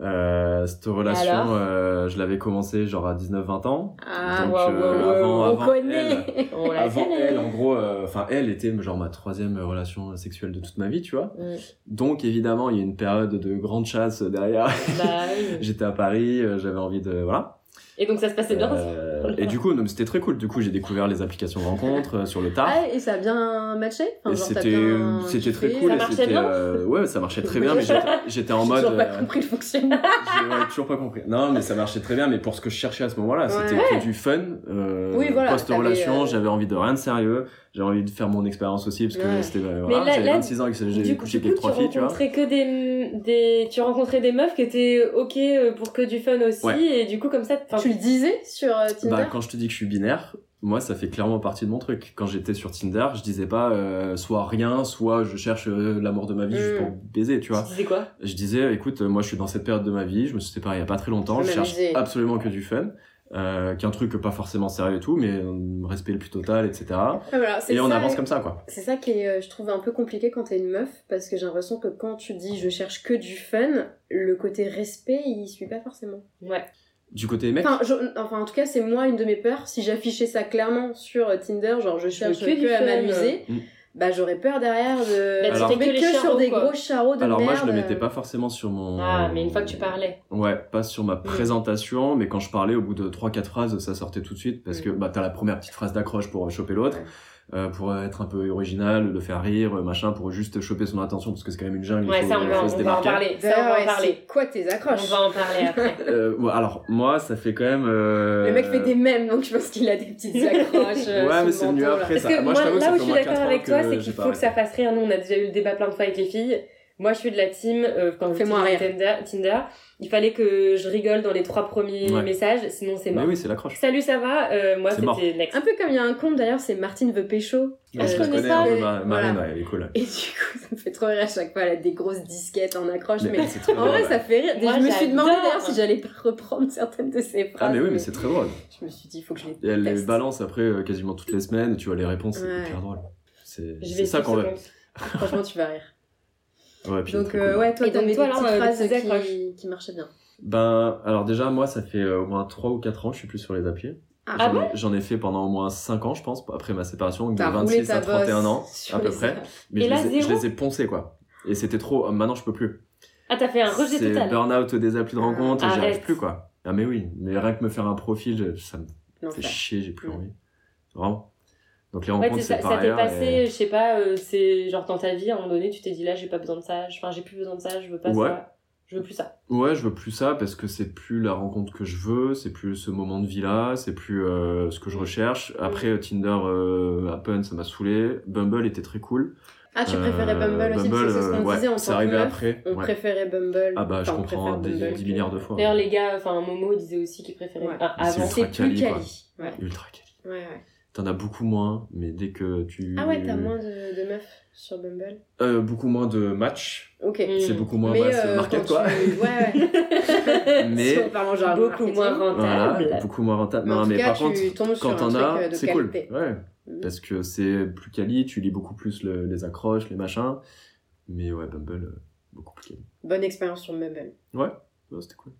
Speaker 2: Euh, cette relation,
Speaker 3: alors
Speaker 2: euh, je l'avais commencée genre à 19-20 ans.
Speaker 4: Ah,
Speaker 2: Donc,
Speaker 3: waouh,
Speaker 2: euh, avant,
Speaker 3: waouh,
Speaker 4: on
Speaker 2: avant elle,
Speaker 4: connaît
Speaker 3: On la
Speaker 2: avant
Speaker 3: connaît.
Speaker 2: elle, en gros, euh, enfin elle était genre ma troisième euh, relation sexuelle de toute ma vie, tu vois.
Speaker 3: Mm.
Speaker 2: Donc évidemment, il y a une période de grande chasse derrière.
Speaker 3: Bah oui.
Speaker 2: J'étais à Paris, euh, j'avais envie de voilà.
Speaker 3: Et donc ça se passait bien.
Speaker 2: Euh, et du coup, non, mais c'était très cool. Du coup, j'ai découvert les applications de rencontres euh, sur le tard.
Speaker 4: Ah, et ça a bien matché Enfin,
Speaker 2: Et
Speaker 4: genre, t'as
Speaker 2: c'était euh,
Speaker 4: bien
Speaker 2: c'était très
Speaker 4: kiffé
Speaker 2: cool.
Speaker 3: Ça
Speaker 2: et
Speaker 3: marchait
Speaker 2: c'était,
Speaker 3: bien
Speaker 2: euh, ouais, ça marchait très bien, mais j'étais- j'étais en
Speaker 4: J'ai
Speaker 2: mode.
Speaker 4: toujours pas
Speaker 2: euh,
Speaker 4: compris le fonctionnement.
Speaker 2: j'ai ouais, toujours pas compris. Non, mais ça marchait très bien, mais pour ce que je cherchais à ce moment-là,
Speaker 4: Ouais.
Speaker 2: c'était que du fun. Euh,
Speaker 4: Oui, voilà,
Speaker 2: Post-relation,
Speaker 4: t'avais, euh,
Speaker 2: j'avais envie de rien de sérieux, j'avais envie de faire mon expérience aussi, parce que
Speaker 4: Ouais.
Speaker 2: c'était. euh,
Speaker 3: Mais
Speaker 2: voilà,
Speaker 3: là-
Speaker 2: j'avais
Speaker 3: là,
Speaker 2: 26 ans et que
Speaker 3: Du
Speaker 2: j'avais
Speaker 3: coup,
Speaker 2: couché
Speaker 3: du
Speaker 2: avec
Speaker 3: coup, tu
Speaker 2: trois filles, tu vois.
Speaker 3: rencontrais que des, des, tu rencontrais des meufs qui étaient ok euh, pour que du fun aussi,
Speaker 2: Ouais.
Speaker 3: et du coup comme ça, enfin,
Speaker 4: tu le disais sur euh, Tinder
Speaker 2: Bah, quand je te dis que je suis binaire, moi, ça fait clairement partie de mon truc. Quand j'étais sur Tinder, je disais pas euh, soit rien, soit je cherche euh, l'amour de ma vie juste
Speaker 4: Mm.
Speaker 2: pour baiser, tu vois.
Speaker 3: Hmm. Tu disais quoi
Speaker 2: Je disais, écoute, euh, moi, je suis dans cette période de ma vie, je me suis séparé il y a pas très longtemps,
Speaker 4: Je
Speaker 2: je cherche
Speaker 4: m'amusais.
Speaker 2: absolument que du fun, euh, qu'un truc pas forcément sérieux et tout, mais euh, respect le plus total, etc.
Speaker 4: Ah, voilà, c'est
Speaker 2: Et on
Speaker 4: ça,
Speaker 2: avance comme ça, quoi.
Speaker 4: C'est ça qui est, euh, je trouve, un peu compliqué quand t'es une meuf, parce que j'ai l'impression que quand tu dis je cherche que du fun, le côté respect, il suit pas forcément.
Speaker 3: Ouais.
Speaker 2: Du côté mec,
Speaker 4: Enfin, je- enfin, en tout cas, c'est moi une de mes peurs. Si j'affichais ça clairement sur euh, Tinder, genre je cherche
Speaker 3: que
Speaker 4: que,
Speaker 3: du
Speaker 4: à
Speaker 3: fun.
Speaker 4: m'amuser,
Speaker 2: Mm.
Speaker 4: bah j'aurais peur derrière
Speaker 3: Bah,
Speaker 4: de
Speaker 2: tu Alors- fais
Speaker 3: que
Speaker 4: tomber
Speaker 3: les
Speaker 4: que sur
Speaker 3: charros,
Speaker 4: des
Speaker 3: quoi.
Speaker 4: gros charros de
Speaker 2: alors
Speaker 4: merde.
Speaker 2: moi, je le mettais pas forcément sur mon.
Speaker 3: euh. Ah, mais une fois que tu parlais.
Speaker 2: Ouais, pas sur
Speaker 3: Mm.
Speaker 2: ma présentation, mais quand je parlais, au bout de 3-4 phrases, ça sortait tout de suite
Speaker 3: Mm.
Speaker 2: parce que bah, t'as la première petite phrase d'accroche pour euh, choper l'autre,
Speaker 4: Ouais.
Speaker 2: euh, pour euh, être un peu original, le faire rire, euh, machin, pour juste choper son attention parce que c'est quand même une jungle, il
Speaker 3: Ouais,
Speaker 2: faut-
Speaker 3: ça, on
Speaker 2: il
Speaker 3: va,
Speaker 2: faut
Speaker 3: on
Speaker 2: se
Speaker 3: va en
Speaker 2: démarquer.
Speaker 3: parler. Ça, on
Speaker 4: D'ailleurs,
Speaker 3: va en
Speaker 4: ouais,
Speaker 3: parler.
Speaker 4: c'est quoi tes
Speaker 3: On
Speaker 4: accroches
Speaker 3: va en parler après.
Speaker 2: Euh, ouais, alors, moi, ça fait quand même. euh,
Speaker 4: Le mec fait des mèmes, donc je pense qu'il a des petites accroches. euh,
Speaker 2: Ouais, mais
Speaker 4: sous
Speaker 2: c'est
Speaker 4: le
Speaker 2: venu
Speaker 4: menton, là.
Speaker 2: après.
Speaker 3: Parce
Speaker 2: ça-
Speaker 3: que
Speaker 2: Bah, moi,
Speaker 3: moi,
Speaker 2: je t'avoue que ça
Speaker 3: là où
Speaker 2: fait
Speaker 3: je
Speaker 2: au
Speaker 3: suis
Speaker 2: moins
Speaker 3: d'accord
Speaker 2: quatre
Speaker 3: avec
Speaker 2: ans
Speaker 3: toi,
Speaker 2: que
Speaker 3: c'est
Speaker 2: j'ai
Speaker 3: qu'il
Speaker 2: pas
Speaker 3: faut que ça fasse rire. Nous, on a déjà eu le débat plein de fois avec les filles. Moi, je suis de la team. euh, quand
Speaker 4: Fais-moi
Speaker 3: j'utilisais Tinder, Tinder, il fallait que je rigole dans les trois premiers
Speaker 2: Ouais.
Speaker 3: messages, sinon c'est
Speaker 2: Mais
Speaker 3: mort.
Speaker 2: oui, c'est l'accroche.
Speaker 3: Salut, ça va Euh, Moi,
Speaker 2: C'est mort.
Speaker 3: c'était next.
Speaker 4: Un peu comme il y a un conte d'ailleurs, c'est Martine veut pécho.
Speaker 3: Ah, je
Speaker 2: la
Speaker 3: connais pas,
Speaker 2: euh,
Speaker 4: mais-
Speaker 2: Ma- Marine,
Speaker 4: voilà.
Speaker 2: ouais, elle est cool.
Speaker 4: Et du coup, ça me fait trop rire à chaque fois, elle a des grosses disquettes en accroche. Mais,
Speaker 2: c'est très
Speaker 4: en vrai,
Speaker 2: drôle, ouais.
Speaker 4: ça fait rire.
Speaker 3: Moi,
Speaker 4: je me suis demandé
Speaker 3: j'adore.
Speaker 4: d'ailleurs si j'allais pas reprendre certaines de ses phrases.
Speaker 2: Ah, mais oui, mais c'est très drôle.
Speaker 4: Je me suis dit, il faut que je les
Speaker 2: Et elle les
Speaker 4: teste.
Speaker 2: balance après euh, quasiment toutes les semaines, et tu vois les réponses, c'est
Speaker 4: Ouais.
Speaker 2: hyper drôle. C'est
Speaker 3: Je
Speaker 2: c'est
Speaker 3: vais
Speaker 2: ça
Speaker 3: suivre
Speaker 2: qu'on
Speaker 3: ce
Speaker 2: veut.
Speaker 3: compte.
Speaker 4: Franchement, tu vas rire.
Speaker 2: Ouais, puis
Speaker 4: Donc
Speaker 2: très
Speaker 4: euh,
Speaker 2: cool.
Speaker 4: ouais, toi,
Speaker 3: Et donc,
Speaker 4: t'avais des
Speaker 3: toi, alors,
Speaker 4: petites
Speaker 3: euh,
Speaker 4: phrases
Speaker 3: petites
Speaker 4: qui,
Speaker 3: accroches.
Speaker 4: qui marchaient bien.
Speaker 2: Ben, alors déjà, moi, ça fait euh, au moins 3 ou 4 ans, je suis plus sur les applis.
Speaker 4: Ah,
Speaker 2: J'en ai- J'en ai fait pendant au moins 5 ans, je pense, après ma séparation, de
Speaker 4: T'as roulé
Speaker 2: 26
Speaker 4: ta
Speaker 2: à 31 ans,
Speaker 4: bosse
Speaker 2: à
Speaker 4: sur
Speaker 2: peu
Speaker 4: les
Speaker 2: près.
Speaker 4: apps.
Speaker 2: Mais
Speaker 3: Et
Speaker 2: je,
Speaker 3: là,
Speaker 2: les ai, je
Speaker 3: zéro
Speaker 2: les ai poncés, quoi. Et c'était trop. euh, Maintenant, je peux plus.
Speaker 3: Ah, t'as fait un rejet
Speaker 2: C'est ben,
Speaker 3: total.
Speaker 2: burn-out des applis de
Speaker 4: Ah,
Speaker 2: rencontre, j'y arrive
Speaker 3: arrête.
Speaker 2: plus, quoi. Ah, mais oui, mais rien que me faire un profil, je- ça me
Speaker 4: Non,
Speaker 2: fait
Speaker 4: ça.
Speaker 2: chier, j'ai plus
Speaker 4: Mm.
Speaker 2: envie. Vraiment. Donc les
Speaker 3: Ouais,
Speaker 2: rencontres, c'est
Speaker 3: c'est ça,
Speaker 2: par
Speaker 3: ça t'est
Speaker 2: ailleurs.
Speaker 3: passé,
Speaker 2: et-
Speaker 3: je sais pas, euh, c'est genre dans ta vie, à un moment donné, tu t'es dit là, j'ai pas besoin de ça, enfin, j'ai plus besoin de ça, je veux pas
Speaker 2: Ouais.
Speaker 3: ça, je veux plus ça.
Speaker 2: Ouais, je veux plus ça parce que c'est plus la rencontre que je veux, c'est plus ce moment de vie là, c'est plus euh, ce que
Speaker 4: Mm.
Speaker 2: je recherche. Après euh, Tinder, euh, Appen, ça m'a saoulé. Bumble était très cool.
Speaker 4: Ah, tu préférais
Speaker 2: Euh,
Speaker 4: Bumble aussi Parce que c'est ce qu'on
Speaker 2: euh, ouais,
Speaker 4: disait en
Speaker 2: c'est
Speaker 4: tant que
Speaker 2: arrivé
Speaker 4: meuf,
Speaker 2: après.
Speaker 4: On
Speaker 2: ouais.
Speaker 4: préférait Bumble.
Speaker 2: Ah bah je
Speaker 4: Enfin, on
Speaker 2: comprends
Speaker 4: préfère
Speaker 2: des,
Speaker 4: Bumble
Speaker 2: dix
Speaker 4: que-
Speaker 2: milliards de fois. hein.
Speaker 3: D'ailleurs, les gars, enfin, Momo disait aussi qu'il préférait.
Speaker 4: Ouais.
Speaker 3: Ah, avant.
Speaker 2: C'est
Speaker 4: C'est
Speaker 2: ultra
Speaker 4: plus
Speaker 2: quali, quoi.
Speaker 4: quali. Ouais,
Speaker 2: Ultra quali.
Speaker 4: ouais, ouais.
Speaker 2: T'en as beaucoup moins, mais dès que tu
Speaker 4: Ah ouais, t'as moins de de meufs sur Bumble.
Speaker 2: Euh, beaucoup moins de matchs,
Speaker 4: Ok.
Speaker 3: Mm.
Speaker 2: c'est beaucoup moins
Speaker 4: Mais,
Speaker 2: mass
Speaker 4: euh,
Speaker 2: market
Speaker 4: quand
Speaker 2: quoi.
Speaker 4: tu- Ouais, ouais. Si on
Speaker 2: mais
Speaker 4: parle en jargon
Speaker 3: Beaucoup
Speaker 4: marketing.
Speaker 3: moins rentable.
Speaker 2: voilà, beaucoup moins rentable.
Speaker 4: Mais en
Speaker 2: non
Speaker 4: tout
Speaker 2: mais
Speaker 4: cas,
Speaker 2: par
Speaker 4: tu
Speaker 2: contre
Speaker 4: tombes sur
Speaker 2: quand
Speaker 4: un
Speaker 2: t'en
Speaker 4: truc, euh,
Speaker 2: as,
Speaker 4: de
Speaker 2: c'est cool.
Speaker 4: qualité.
Speaker 2: Ouais.
Speaker 4: Mhm.
Speaker 2: Parce que c'est plus quali, tu lis beaucoup plus le- les accroches, les machins. Mais ouais, Bumble, euh, beaucoup plus quali.
Speaker 4: Bonne expérience sur Bumble.
Speaker 2: Ouais, c'était cool.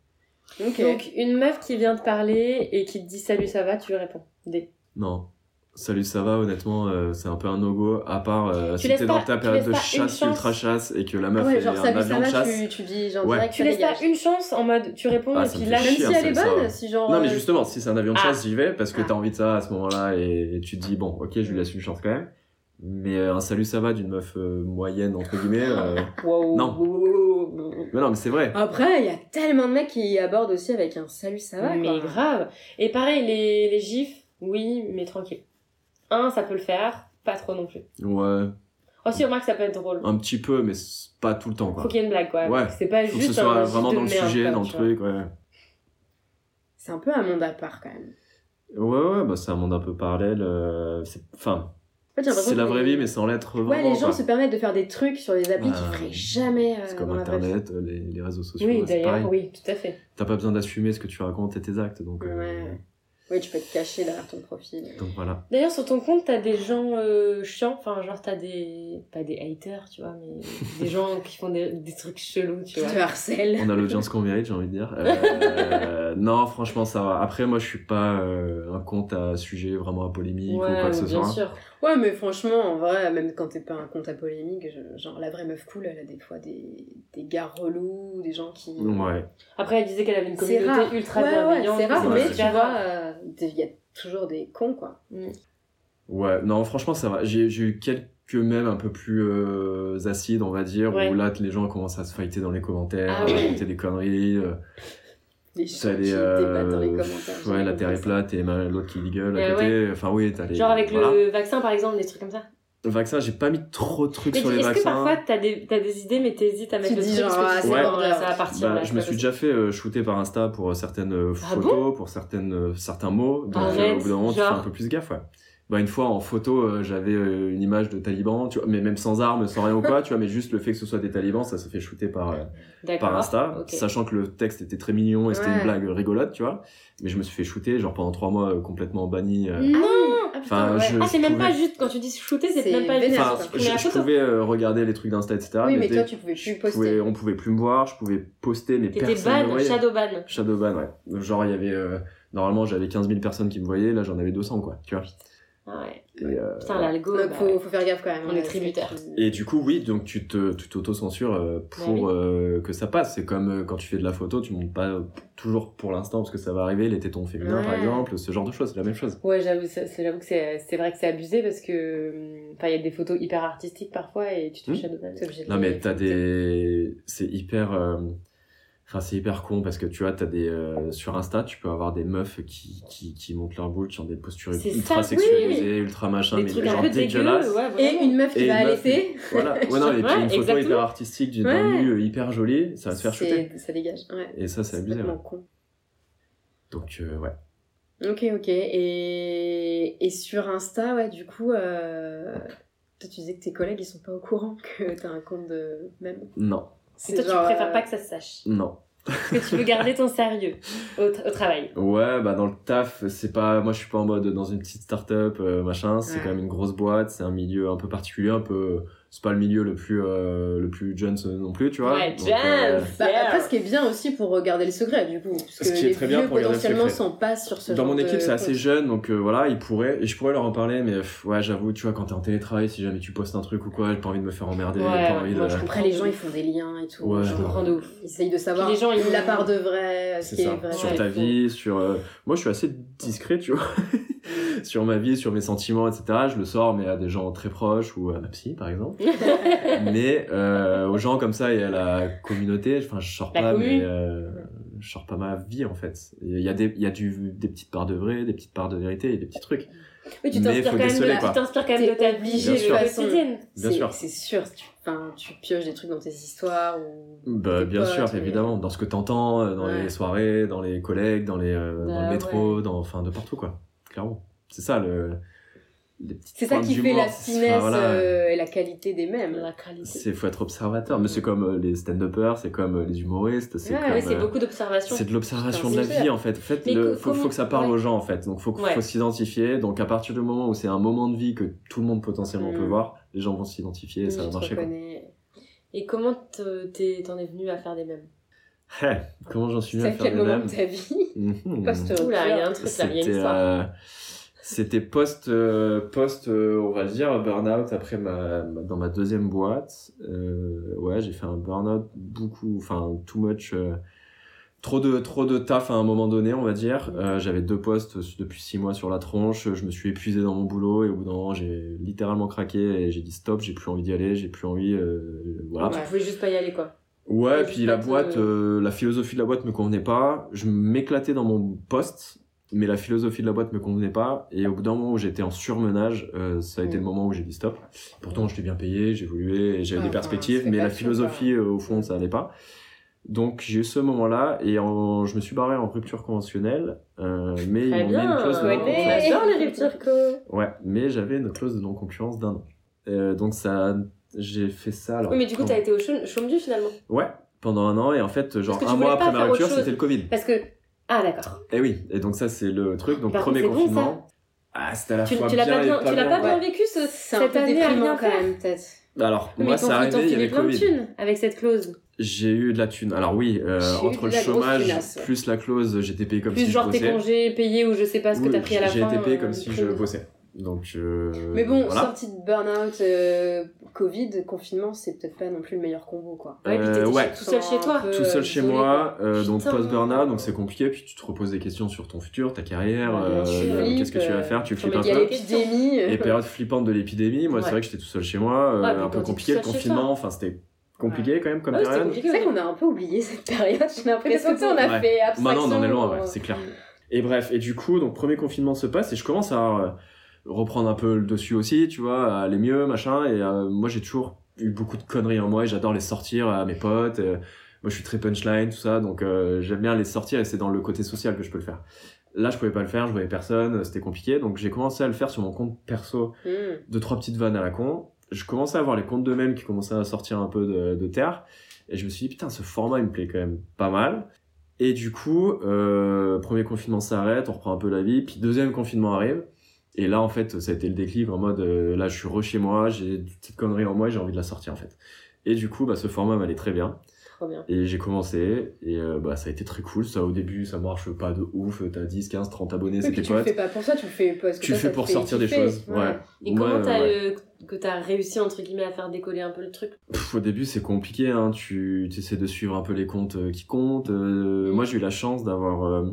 Speaker 4: Ok.
Speaker 3: Donc, une meuf qui vient te parler et qui te dit salut, ça va, tu lui réponds. D.
Speaker 2: Non. Salut, ça va, honnêtement, euh, c'est un peu un no-go, à part euh,
Speaker 3: Tu
Speaker 2: si
Speaker 3: laisses
Speaker 2: t'es
Speaker 3: pas-
Speaker 2: dans ta
Speaker 3: tu
Speaker 2: période
Speaker 3: laisses
Speaker 2: de
Speaker 3: pas une
Speaker 2: chasse,
Speaker 3: chance.
Speaker 2: ultra chasse, et que la meuf
Speaker 4: Ah ouais,
Speaker 2: est
Speaker 4: genre,
Speaker 2: un
Speaker 4: salut,
Speaker 2: avion
Speaker 4: ça
Speaker 2: de
Speaker 4: va,
Speaker 2: chasse.
Speaker 4: tu, tu dis genre
Speaker 2: Ouais.
Speaker 4: direct,
Speaker 3: Tu
Speaker 4: ça
Speaker 3: laisses pas
Speaker 4: dégage.
Speaker 3: une chance en mode tu réponds
Speaker 2: Ah,
Speaker 3: et
Speaker 2: ça
Speaker 3: puis
Speaker 2: me
Speaker 3: là,
Speaker 2: fait
Speaker 4: Même
Speaker 2: chier,
Speaker 4: si
Speaker 2: hein,
Speaker 4: elle est
Speaker 2: ça, ça.
Speaker 4: bonne, si genre.
Speaker 2: Non, mais
Speaker 4: euh,
Speaker 2: justement, si c'est un avion de
Speaker 3: Ah.
Speaker 2: chasse, j'y vais, parce que
Speaker 4: Ah.
Speaker 2: t'as envie de ça à ce moment-là, et, et tu te dis, bon, ok, je lui laisse une chance quand même. Mais euh, un salut, ça va d'une meuf euh, moyenne, entre guillemets. euh,
Speaker 3: wow,
Speaker 2: Non.
Speaker 3: wow, wow, wow, wow.
Speaker 2: Mais non, mais c'est vrai.
Speaker 4: Après, il y a tellement de mecs qui abordent aussi avec un salut, ça va.
Speaker 3: mais
Speaker 4: quoi.
Speaker 3: grave. Et pareil, les, les gifs, oui, mais tranquille. Un, ça peut le faire, pas trop non plus.
Speaker 2: Ouais,
Speaker 3: Oh, si, remarque, ça peut être drôle.
Speaker 2: un petit peu, mais c'est pas tout le temps, quoi.
Speaker 3: Faut qu'il y ait une blague, quoi.
Speaker 2: Ouais.
Speaker 3: Faut que C'est pas
Speaker 2: Faut que
Speaker 3: juste
Speaker 2: ce
Speaker 3: un
Speaker 2: soit
Speaker 3: gif
Speaker 2: vraiment
Speaker 3: de
Speaker 2: dans le
Speaker 3: merde,
Speaker 2: sujet,
Speaker 3: quoi,
Speaker 2: dans le
Speaker 3: tu
Speaker 2: truc, ouais.
Speaker 4: C'est un peu un monde à part quand même.
Speaker 2: Ouais, ouais, bah c'est un monde un peu parallèle. euh, c'est- Enfin,
Speaker 4: En fait, j'ai l'impression
Speaker 2: c'est la
Speaker 4: que
Speaker 2: vraie
Speaker 4: les-
Speaker 2: vie, mais sans l'être vraiment.
Speaker 4: Ouais, les gens
Speaker 2: quoi.
Speaker 4: se permettent de faire des trucs sur les applis
Speaker 2: Ouais.
Speaker 4: qu'ils feraient jamais. euh,
Speaker 2: C'est comme
Speaker 4: dans la vraie vie.
Speaker 2: Internet, euh, les, les réseaux
Speaker 3: vois.
Speaker 2: sociaux.
Speaker 3: Oui,
Speaker 2: ouais, c'est pareil.
Speaker 3: d'ailleurs, oui, tout à fait.
Speaker 2: T'as pas besoin d'assumer ce que tu racontes et tes actes, donc. euh,
Speaker 4: Ouais. Oui, tu peux te cacher derrière ton profil.
Speaker 2: Donc voilà.
Speaker 3: D'ailleurs, sur ton compte, t'as des gens euh, chiants, enfin, genre, t'as des. pas des haters, tu vois, mais des gens qui font des, des trucs chelous, tu
Speaker 4: Tu
Speaker 3: vois.
Speaker 4: te harcèles.
Speaker 2: On a l'audience qu'on mérite, j'ai envie de dire. Euh, non, franchement, ça va. Après, moi, je suis pas euh, un compte à sujet vraiment à polémique ou quoi que ce
Speaker 3: bien
Speaker 2: soit.
Speaker 3: sûr.
Speaker 4: Ouais, mais franchement, en vrai, même quand t'es pas un compte à polémique, je- genre la vraie meuf cool, elle a des fois des, des gars relous, des gens qui.
Speaker 2: Ouais.
Speaker 3: Après, elle disait qu'elle avait une
Speaker 4: C'est rare.
Speaker 3: communauté ultra
Speaker 4: Ouais, ouais,
Speaker 3: bienveillante.
Speaker 4: c'est rare,
Speaker 2: c'est
Speaker 4: mais
Speaker 2: vrai.
Speaker 4: tu
Speaker 3: super
Speaker 4: vois,
Speaker 3: rare.
Speaker 4: euh, des- il y a toujours des cons, quoi.
Speaker 2: Ouais, non, franchement, ça va. J'ai j'ai eu quelques mèmes un peu plus euh, acides, on va dire,
Speaker 3: Ouais.
Speaker 2: où là, les gens commencent à se fighter dans les commentaires,
Speaker 3: Ah
Speaker 2: à
Speaker 3: ouais.
Speaker 2: raconter des conneries. euh,
Speaker 4: Des
Speaker 2: T'as
Speaker 4: gens qui
Speaker 2: les,
Speaker 4: débattent dans les
Speaker 2: euh,
Speaker 4: commentaires.
Speaker 2: pff,
Speaker 4: j'ai
Speaker 2: ouais, la
Speaker 4: compris
Speaker 2: terre est
Speaker 4: ça.
Speaker 2: plate et ma- l'autre qui gueule
Speaker 3: Eh
Speaker 2: à côté. Enfin, oui, t'as les.
Speaker 3: Genre avec
Speaker 2: voilà.
Speaker 3: le vaccin, par exemple, des trucs comme ça.
Speaker 2: Vaccin, j'ai pas mis trop de trucs
Speaker 3: Mais
Speaker 2: sur
Speaker 3: dis-
Speaker 2: les
Speaker 3: est-ce que
Speaker 2: vaccins.
Speaker 3: parfois t'as des, t'as des idées mais t'hésites à mettre
Speaker 4: Tu
Speaker 3: le
Speaker 4: dis
Speaker 3: truc
Speaker 4: genre,
Speaker 3: parce
Speaker 4: ah,
Speaker 3: que tu sais,
Speaker 2: c'est
Speaker 3: bon,
Speaker 4: bon,
Speaker 3: là,
Speaker 4: là.
Speaker 3: ça va partir.
Speaker 2: Bah,
Speaker 3: là,
Speaker 2: je
Speaker 3: c'est
Speaker 2: me
Speaker 3: pas
Speaker 2: suis déjà fait euh, shooter par Insta pour euh, certaines euh,
Speaker 3: Ah
Speaker 2: photos, pour certaines, euh, certains mots. Donc,
Speaker 3: Arrête,
Speaker 2: euh, au bout d'un moment, tu fais
Speaker 3: genre.
Speaker 2: un peu plus gaffe, ouais. Bah, une fois en photo, euh, j'avais euh, une image de taliban, tu vois, mais même sans armes, sans rien ou quoi, tu vois, mais juste le fait que ce soit des talibans, ça s'est fait shooter par, euh,
Speaker 3: possible. D'accord.
Speaker 2: par Insta,
Speaker 3: ok.
Speaker 2: sachant que le texte était très mignon et c'était
Speaker 4: Ouais.
Speaker 2: une blague rigolote, tu vois. Mais je me suis fait shooter, genre pendant trois mois, euh, complètement banni. euh,
Speaker 4: Ah Non
Speaker 2: Enfin, je,
Speaker 3: Mmh, Ah,
Speaker 2: je
Speaker 3: c'est même
Speaker 2: pouvais-
Speaker 3: pas juste quand tu dis shooter, c'est
Speaker 4: C'est
Speaker 3: même pas juste.
Speaker 4: vénère,
Speaker 2: Enfin,
Speaker 4: quoi.
Speaker 3: tu
Speaker 2: je,
Speaker 3: prends la
Speaker 2: je
Speaker 3: photo.
Speaker 2: pouvais euh, regarder les trucs d'Insta, etc.
Speaker 4: Oui, mais
Speaker 2: dès
Speaker 4: toi,
Speaker 2: que
Speaker 4: tu pouvais
Speaker 2: je
Speaker 4: plus poster.
Speaker 2: pouvais- on pouvait plus me voir, je pouvais poster, mais
Speaker 3: T'étais
Speaker 2: personne ne
Speaker 3: ban,
Speaker 2: voyait.
Speaker 3: shadow ban.
Speaker 2: Shadowban, ouais. Genre, il y avait. euh, normalement, j'avais 15 000 personnes qui me voyaient, là, j'en avais 200, quoi. Tu vois.
Speaker 3: Ah ouais.
Speaker 2: Et, euh,
Speaker 3: Putain, l'algo.
Speaker 4: Donc
Speaker 3: bah,
Speaker 4: faut, faut faire gaffe quand même.
Speaker 3: On est tributaire.
Speaker 2: et du coup, oui, donc tu te- tu t'auto-censures euh,
Speaker 3: Bah oui.
Speaker 2: pour euh, que ça passe. C'est comme euh, quand tu fais de la photo, tu montes pas euh, toujours pour l'instant, parce que ça va arriver, les tétons féminins, par
Speaker 4: Ouais.
Speaker 2: exemple, ce genre de choses, c'est la même chose.
Speaker 3: Ouais, j'avoue, ça- c'est j'avoue que c'est c'est vrai que c'est abusé parce que hum, enfin il y a des photos hyper artistiques parfois et tu te fais
Speaker 2: Hmm.
Speaker 3: shadowban, t'es obligé de
Speaker 2: Non,
Speaker 3: les-
Speaker 2: mais t'as des. C'est hyper. euh, Enfin, c'est hyper con parce que tu vois, t'as des. euh, Sur Insta, tu peux avoir des meufs qui, qui, qui montent leur boule sur des postures
Speaker 3: C'est ça,
Speaker 2: ultra
Speaker 3: oui.
Speaker 2: sexualisées, ultra machin,
Speaker 3: des
Speaker 2: mais
Speaker 3: trucs
Speaker 2: genre
Speaker 3: un peu
Speaker 2: dégueulasses.
Speaker 3: dégueux, ouais, vraiment.
Speaker 4: Et une meuf
Speaker 2: Et
Speaker 4: qui va
Speaker 2: une meuf-
Speaker 4: allaiter.
Speaker 2: Voilà, ouais, non, et puis
Speaker 3: Ouais,
Speaker 2: une photo
Speaker 3: exactement.
Speaker 2: hyper artistique d'une-
Speaker 4: Ouais.
Speaker 2: d'un nu euh, hyper joli, ça va se faire shooter.
Speaker 4: C'est- Ça dégage. Ouais.
Speaker 2: Et ça, c'est abusé.
Speaker 4: complètement
Speaker 2: ouais.
Speaker 4: con.
Speaker 2: Donc, euh, ouais.
Speaker 4: Ok, ok. Et, et sur Insta, ouais, du coup, euh, toi, tu disais que tes collègues, ils sont pas au courant que t'as un compte de même.
Speaker 2: Non,
Speaker 3: Et toi, tu préfères pas que ça se sache.
Speaker 2: non.
Speaker 3: Parce que tu veux garder ton sérieux au, tra- au travail.
Speaker 2: Ouais, bah, dans le taf, c'est pas. Moi, je suis pas en mode dans une petite start-up, euh, machin. C'est
Speaker 4: Ouais.
Speaker 2: quand même une grosse boîte, c'est un milieu un peu particulier, un peu. C'est pas le milieu le plus, euh, le plus Jones non plus, tu vois.
Speaker 3: ouais,
Speaker 2: Donc, euh,
Speaker 3: James,
Speaker 4: Bah,
Speaker 3: yeah.
Speaker 4: Après, ce qui est bien aussi pour garder le secret, du coup. Parce
Speaker 2: Ce
Speaker 4: que
Speaker 2: qui est
Speaker 4: les
Speaker 2: très bien
Speaker 4: vieux,
Speaker 2: pour garder le
Speaker 4: potentiellement,
Speaker 2: secret.
Speaker 4: s'en passent sur ce
Speaker 2: Dans
Speaker 4: genre
Speaker 2: mon
Speaker 4: de
Speaker 2: équipe, c'est assez
Speaker 4: compte.
Speaker 2: jeune, donc euh, voilà, ils pourraient, et je pourrais leur en parler, mais pff, ouais, j'avoue, tu vois, quand t'es en télétravail, si jamais tu postes un truc ou quoi, j'ai pas envie de me faire emmerder,
Speaker 3: Ouais,
Speaker 2: j'ai pas envie
Speaker 3: moi,
Speaker 2: de.
Speaker 3: je comprends.
Speaker 4: Après, les gens, ils font des liens et tout.
Speaker 2: Ouais,
Speaker 4: genre,
Speaker 3: je comprends de ouf.
Speaker 4: Ils essayent de savoir
Speaker 3: Puis les gens, ils-
Speaker 4: la part de vrai, euh, ce
Speaker 2: C'est
Speaker 4: qui est
Speaker 2: ça,
Speaker 4: vrai.
Speaker 2: sur
Speaker 3: Ouais,
Speaker 2: ta
Speaker 3: faut-
Speaker 2: vie, sur. euh, Moi, je suis assez discret, tu vois. sur ma vie, sur mes sentiments, etc. Je le sors, mais à des gens très proches ou à ma psy, par exemple. mais euh, aux gens comme ça et à la communauté, enfin, je sors
Speaker 3: La
Speaker 2: pas,
Speaker 3: commune.
Speaker 2: mais, euh, je sors pas ma vie, en fait. Il y a, des, il y a du, des petites parts de vrai, des petites parts de vérité et des petits trucs.
Speaker 3: Oui, tu
Speaker 2: Mais
Speaker 3: t'inspires
Speaker 2: faut
Speaker 3: quand, même de
Speaker 2: déceler,
Speaker 3: la-
Speaker 2: quoi.
Speaker 3: tu t'inspires quand même de
Speaker 4: T'es
Speaker 3: ta
Speaker 4: obligé,
Speaker 3: vie
Speaker 2: de toute
Speaker 4: façon.
Speaker 3: quotidienne.
Speaker 2: Bien
Speaker 4: C'est-
Speaker 2: sûr.
Speaker 4: C'est sûr, tu, enfin, tu pioches des trucs dans tes histoires ou.
Speaker 2: Bah,
Speaker 4: tes
Speaker 2: bien
Speaker 4: potes,
Speaker 2: sûr,
Speaker 4: mais-
Speaker 2: évidemment. Dans ce que t'entends, euh, dans
Speaker 4: Ouais.
Speaker 2: les soirées, dans les collègues, dans, les, euh, dans
Speaker 3: Bah,
Speaker 2: le métro, dans, enfin, de partout, quoi. Clairement. C'est ça, le. les petites
Speaker 4: C'est ça
Speaker 2: pointes
Speaker 4: qui fait
Speaker 2: d'humour.
Speaker 4: la
Speaker 2: Enfin,
Speaker 4: finesse
Speaker 2: Ah, voilà.
Speaker 4: euh, et la qualité des mêmes.
Speaker 3: La qualité.
Speaker 2: C'est faut être observateur, mais c'est comme euh, les stand-uppers, c'est comme euh, les humoristes, c'est
Speaker 4: Ouais,
Speaker 2: comme,
Speaker 3: Ouais, c'est
Speaker 2: euh,
Speaker 3: beaucoup d'observations.
Speaker 2: c'est de l'observation de
Speaker 4: Putain,
Speaker 2: la
Speaker 4: c'est
Speaker 2: vie en fait. Faites
Speaker 3: Mais
Speaker 2: le,
Speaker 3: co-
Speaker 2: faut,
Speaker 3: comment-
Speaker 2: faut que ça parle
Speaker 3: ouais.
Speaker 2: aux gens en fait. Donc faut,
Speaker 3: Ouais.
Speaker 2: faut s'identifier. Donc à partir du moment où c'est un moment de vie que tout le monde potentiellement
Speaker 4: Mm.
Speaker 2: peut voir, les gens vont s'identifier et
Speaker 4: Tu
Speaker 2: ça va
Speaker 4: te
Speaker 2: marcher. Quoi.
Speaker 4: reconnais.
Speaker 3: Et comment te- t'es- t'en es venu à faire des mêmes
Speaker 2: Hé, comment j'en suis
Speaker 4: C'est
Speaker 2: venu à
Speaker 4: à
Speaker 2: faire
Speaker 4: quel
Speaker 2: des
Speaker 4: moment
Speaker 2: mèmes
Speaker 4: de ta vie
Speaker 2: Mhm.
Speaker 4: post
Speaker 3: Oula, il y a un truc là, il y a une
Speaker 2: C'était
Speaker 3: histoire.
Speaker 2: euh, c'était post euh, post euh, on va dire burn-out après ma, ma- dans ma deuxième boîte. Euh, ouais, j'ai fait un burn-out beaucoup enfin too much euh, trop de trop de taf à un moment donné, on va dire. Euh, j'avais deux postes depuis six mois sur la tronche, je me suis épuisé dans mon boulot et au bout d'un moment, j'ai littéralement craqué et j'ai dit stop, j'ai plus envie d'y aller, j'ai plus envie euh, voilà.
Speaker 3: Tu pouvais juste pas y aller, quoi.
Speaker 2: Ouais,
Speaker 3: Et
Speaker 2: puis
Speaker 3: juste
Speaker 2: la
Speaker 3: pas te-
Speaker 2: boîte, euh, la philosophie de la boîte me convenait pas. Je m'éclatais dans mon poste, mais la philosophie de la boîte me convenait pas. Et au bout d'un moment où j'étais en surmenage, euh, ça a été
Speaker 4: Mm.
Speaker 2: le moment où j'ai dit stop. Pourtant, j'étais bien payé, j'évoluais, et
Speaker 3: Ah,
Speaker 2: j'avais
Speaker 4: Ouais,
Speaker 2: des
Speaker 4: enfin,
Speaker 2: perspectives,
Speaker 4: c'est
Speaker 2: mais
Speaker 4: pas
Speaker 2: la
Speaker 4: sûr,
Speaker 2: philosophie, euh, au fond, ça allait pas. Donc j'ai eu ce moment-là et en- je me suis barré en rupture conventionnelle, euh, mais ils
Speaker 3: Très
Speaker 2: m'ont mis une
Speaker 3: bien.
Speaker 2: clause de
Speaker 4: ouais,
Speaker 2: non-concurrence.
Speaker 4: mais-
Speaker 3: J'adore les ruptures co.
Speaker 2: Ouais, mais j'avais une clause de non-concurrence d'un an. Euh, donc ça, j'ai fait ça. alors,
Speaker 3: Oui, mais du coup,
Speaker 2: quand-
Speaker 3: t'as été au chaume- chaume-du finalement.
Speaker 2: Ouais, pendant un an, et en fait, genre
Speaker 3: que tu
Speaker 2: un mois
Speaker 3: voulais pas
Speaker 2: après ma
Speaker 3: faire autre
Speaker 2: rupture,
Speaker 3: chose.
Speaker 2: c'était le Covid.
Speaker 3: Parce que. Ah, d'accord.
Speaker 2: Et oui, et donc ça, c'est le truc. Donc,
Speaker 3: Par contre,
Speaker 2: premier
Speaker 3: Bah, c'est bon,
Speaker 2: confinement. ah, c'était à la
Speaker 3: Tu,
Speaker 2: fois
Speaker 3: tu l'as
Speaker 2: bien
Speaker 3: pas
Speaker 2: et
Speaker 3: bien, tu l'as pas
Speaker 4: bien.
Speaker 3: bien vécu ce-
Speaker 4: C'est un
Speaker 3: cette
Speaker 4: peu
Speaker 3: année à
Speaker 4: déprimant
Speaker 3: rien
Speaker 4: quand
Speaker 3: faire.
Speaker 4: même, peut-être.
Speaker 2: Alors,
Speaker 3: Mais
Speaker 2: moi,
Speaker 3: t'en-
Speaker 2: ça
Speaker 3: t'en
Speaker 2: arrivait, il y
Speaker 3: filais
Speaker 2: avait le
Speaker 3: plein de
Speaker 2: Covid.
Speaker 3: thunes avec cette clause.
Speaker 2: J'ai eu de la thune. Alors oui, euh,
Speaker 4: J'ai eu
Speaker 2: entre
Speaker 4: de
Speaker 2: le
Speaker 4: la grosse
Speaker 2: chômage,
Speaker 4: thunasse, ouais.
Speaker 2: plus la clause, j'étais payé comme
Speaker 3: Plus
Speaker 2: si
Speaker 3: genre
Speaker 2: je
Speaker 3: tes
Speaker 2: bossais.
Speaker 3: congés payés ou je sais pas ce que
Speaker 2: Oui,
Speaker 3: t'as pris à la
Speaker 2: j'ai
Speaker 3: fin.
Speaker 2: été payé
Speaker 3: euh,
Speaker 2: comme si je bossais. Donc, euh,
Speaker 4: Mais bon,
Speaker 2: voilà.
Speaker 4: sortie de burn-out, euh, Covid, confinement, c'est peut-être pas non plus le meilleur combo, quoi.
Speaker 3: Ouais, puis
Speaker 2: Euh,
Speaker 3: t'étais
Speaker 2: ouais.
Speaker 3: tout seul chez toi.
Speaker 4: Un peu,
Speaker 2: tout seul
Speaker 4: euh,
Speaker 2: chez
Speaker 4: isolé,
Speaker 2: moi, euh, donc
Speaker 3: Putain.
Speaker 2: post-burnout, donc c'est compliqué. Puis tu te reposes des questions sur ton futur, ta carrière,
Speaker 4: Ouais,
Speaker 2: euh,
Speaker 4: tu flippes,
Speaker 2: qu'est-ce que tu vas faire, tu
Speaker 3: sur
Speaker 2: flippes un
Speaker 4: Il y a
Speaker 3: Pas
Speaker 2: peu.
Speaker 3: les
Speaker 4: l'épidémie.
Speaker 2: Et période flippante de l'épidémie, moi
Speaker 3: Ouais.
Speaker 2: c'est vrai que j'étais tout seul chez moi, euh,
Speaker 3: Ouais, puis
Speaker 2: un
Speaker 3: quand
Speaker 2: peu
Speaker 3: t'es
Speaker 2: compliqué le
Speaker 3: tout seul chez toi.
Speaker 2: confinement, enfin c'était compliqué quand même comme
Speaker 3: Ah oui, c'était
Speaker 2: période.
Speaker 3: compliqué.
Speaker 4: C'est vrai qu'on a un peu oublié cette période, j'ai
Speaker 3: Parce que
Speaker 4: l'impression. Tu sais, on a
Speaker 2: Ouais.
Speaker 4: fait abstraction.
Speaker 2: Maintenant on en est loin,
Speaker 4: euh,
Speaker 2: ouais, c'est clair. Et bref, et du coup, donc premier confinement se passe et je commence à avoir, euh, reprendre un peu le dessus aussi, tu vois, à aller mieux, machin. Et euh, moi, j'ai toujours eu beaucoup de conneries en moi et j'adore les sortir euh, à mes potes. Et, moi, je suis très punchline, tout ça, donc euh, j'aime bien les sortir et c'est dans le côté social que je peux le faire. Là, je pouvais pas le faire, je voyais personne, c'était compliqué, donc j'ai commencé à le faire sur mon compte perso
Speaker 4: Mmh.
Speaker 2: de trois petites vannes à la con. Je commençais à voir les comptes d'eux-mêmes qui commençaient à sortir un peu de, de terre. Et je me suis dit, putain, ce format, il me plaît quand même pas mal. Et du coup, euh, premier confinement s'arrête, on reprend un peu la vie. Puis deuxième confinement arrive. Et là, en fait, ça a été le déclic en mode, euh, là, je suis re chez moi, j'ai des petites conneries en moi et j'ai envie de la sortir, en fait. Et du coup, bah, ce format m'allait très bien.
Speaker 3: Trop bien.
Speaker 2: Et j'ai commencé, et euh, bah, ça a été très cool. Ça, au début, ça marche pas de ouf. T'as 10, 15, 30 abonnés,
Speaker 4: Oui,
Speaker 2: c'est
Speaker 4: puis
Speaker 2: tes
Speaker 4: tu le
Speaker 2: potes.
Speaker 4: fais pas pour ça, tu le fais parce que
Speaker 2: Tu
Speaker 4: ça,
Speaker 2: le
Speaker 4: ça
Speaker 2: fais
Speaker 4: te
Speaker 2: pour
Speaker 4: fait
Speaker 2: sortir des
Speaker 4: kiffer.
Speaker 2: choses. Ouais.
Speaker 3: Et
Speaker 2: Ouais,
Speaker 3: comment t'as
Speaker 2: ouais.
Speaker 3: euh, que t'as réussi entre guillemets à faire décoller un peu le truc
Speaker 2: Pff, au début, c'est compliqué. Hein. Tu essaies de suivre un peu les comptes euh, qui comptent. Euh,
Speaker 3: Mm.
Speaker 2: Moi, j'ai eu la chance d'avoir euh,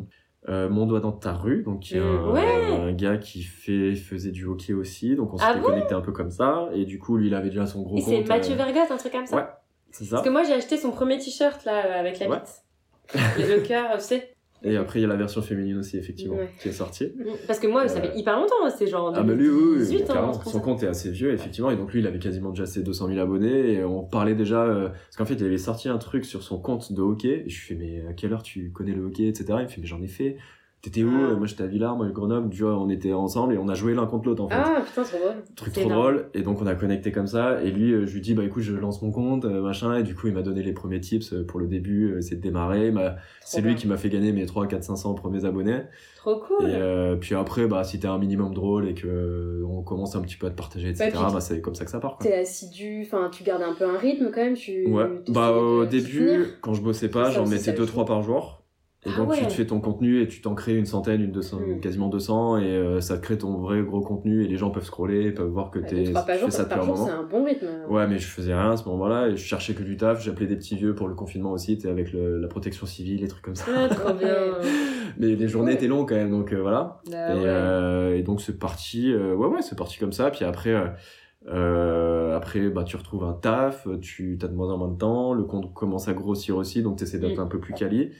Speaker 2: euh, Mon Doigt dans ta rue, donc qui est
Speaker 3: Mm.
Speaker 2: un,
Speaker 3: Ouais.
Speaker 2: un gars qui fait, faisait du hockey aussi. Donc, on
Speaker 3: Ah
Speaker 2: s'était
Speaker 3: bon
Speaker 2: connecté un peu comme ça. Et du coup, lui, il avait déjà son gros
Speaker 3: Et
Speaker 2: compte.
Speaker 3: c'est Mathieu
Speaker 2: euh,
Speaker 3: Vergotte, un truc comme ça
Speaker 2: Ouais, c'est ça.
Speaker 3: Parce que moi j'ai acheté son premier t-shirt là euh, avec la
Speaker 2: Ouais.
Speaker 3: bite. Et le cœur, tu sais.
Speaker 2: Et après, il y a la version féminine aussi, effectivement,
Speaker 4: Ouais.
Speaker 2: qui est sortie.
Speaker 3: Parce que moi ça
Speaker 2: Euh.
Speaker 3: fait hyper longtemps, hein, c'est genre en
Speaker 2: Ah bah lui, oui, oui,
Speaker 3: 2018, hein,
Speaker 2: carrément.
Speaker 3: on se
Speaker 2: son
Speaker 3: trouve.
Speaker 2: compte est assez vieux, effectivement, et donc lui, il avait quasiment déjà ses 200 000 abonnés, et on parlait déjà, euh, parce qu'en fait, il avait sorti un truc sur son compte de hockey, et je lui fais, mais à quelle heure tu connais le hockey, etc. Il me fait, mais j'en ai fait, t'étais où
Speaker 3: Ah.
Speaker 2: Moi, j'étais à Villars, moi, à Grenoble, tu vois, on était ensemble, et on a joué l'un contre l'autre, en fait.
Speaker 4: Ah putain, trop drôle.
Speaker 2: truc
Speaker 3: c'est
Speaker 2: trop drôle, et donc on a connecté comme ça, et lui, euh, je lui dis, bah écoute, je lance mon compte, euh, machin, et du coup, il m'a donné les premiers tips euh, pour le début, euh, c'est de démarrer, Il m'a- c'est lui
Speaker 3: bien.
Speaker 2: qui m'a fait gagner mes 3, 4, 500 premiers abonnés.
Speaker 3: Trop cool.
Speaker 2: Et euh, puis après, bah, si t'es un minimum drôle et que euh, on commence un petit peu à te partager, etc.,
Speaker 4: Ouais, puis tu-
Speaker 2: bah, c'est comme ça que ça part. Quoi.
Speaker 4: T'es assidu, enfin tu gardes un peu un rythme quand même. Tu,
Speaker 2: Ouais.
Speaker 4: t'essayes
Speaker 2: Bah, au
Speaker 4: de- de
Speaker 2: début,
Speaker 4: tenir.
Speaker 2: quand je bossais pas,
Speaker 4: Ça
Speaker 2: j'en
Speaker 4: aussi,
Speaker 2: mettais
Speaker 4: ça joue.
Speaker 2: 2-3 par jour. Et
Speaker 3: Ah
Speaker 2: donc, tu
Speaker 3: ouais.
Speaker 2: te fais ton contenu et tu t'en crées une centaine, une 200,
Speaker 4: Hmm.
Speaker 2: quasiment 200, et euh, ça te crée ton vrai gros contenu. Et les gens peuvent scroller, peuvent voir que
Speaker 4: Ouais,
Speaker 2: t'es
Speaker 4: deux, Bah, trois
Speaker 2: tu
Speaker 4: pages
Speaker 2: fais ça
Speaker 4: par,
Speaker 2: depuis
Speaker 4: par
Speaker 2: un
Speaker 4: jour, c'est
Speaker 2: moment.
Speaker 4: un bon rythme.
Speaker 2: Ouais, mais je faisais rien à ce moment-là, et je cherchais que du taf. J'appelais des petits vieux pour le confinement aussi, t'es avec le- la protection civile, les trucs comme ça.
Speaker 3: Ah, trop bien.
Speaker 2: Mais les journées
Speaker 4: Ouais.
Speaker 2: étaient longues quand même, donc euh, voilà.
Speaker 3: Ah,
Speaker 2: et,
Speaker 3: ouais.
Speaker 2: euh, et donc c'est parti, euh, ouais ouais, c'est parti comme ça. Puis après, euh, euh, après bah tu retrouves un taf, tu t'as de moins en moins de temps, le compte commence à grossir aussi, donc tu essaies d'être
Speaker 3: Mm.
Speaker 2: un peu plus quali.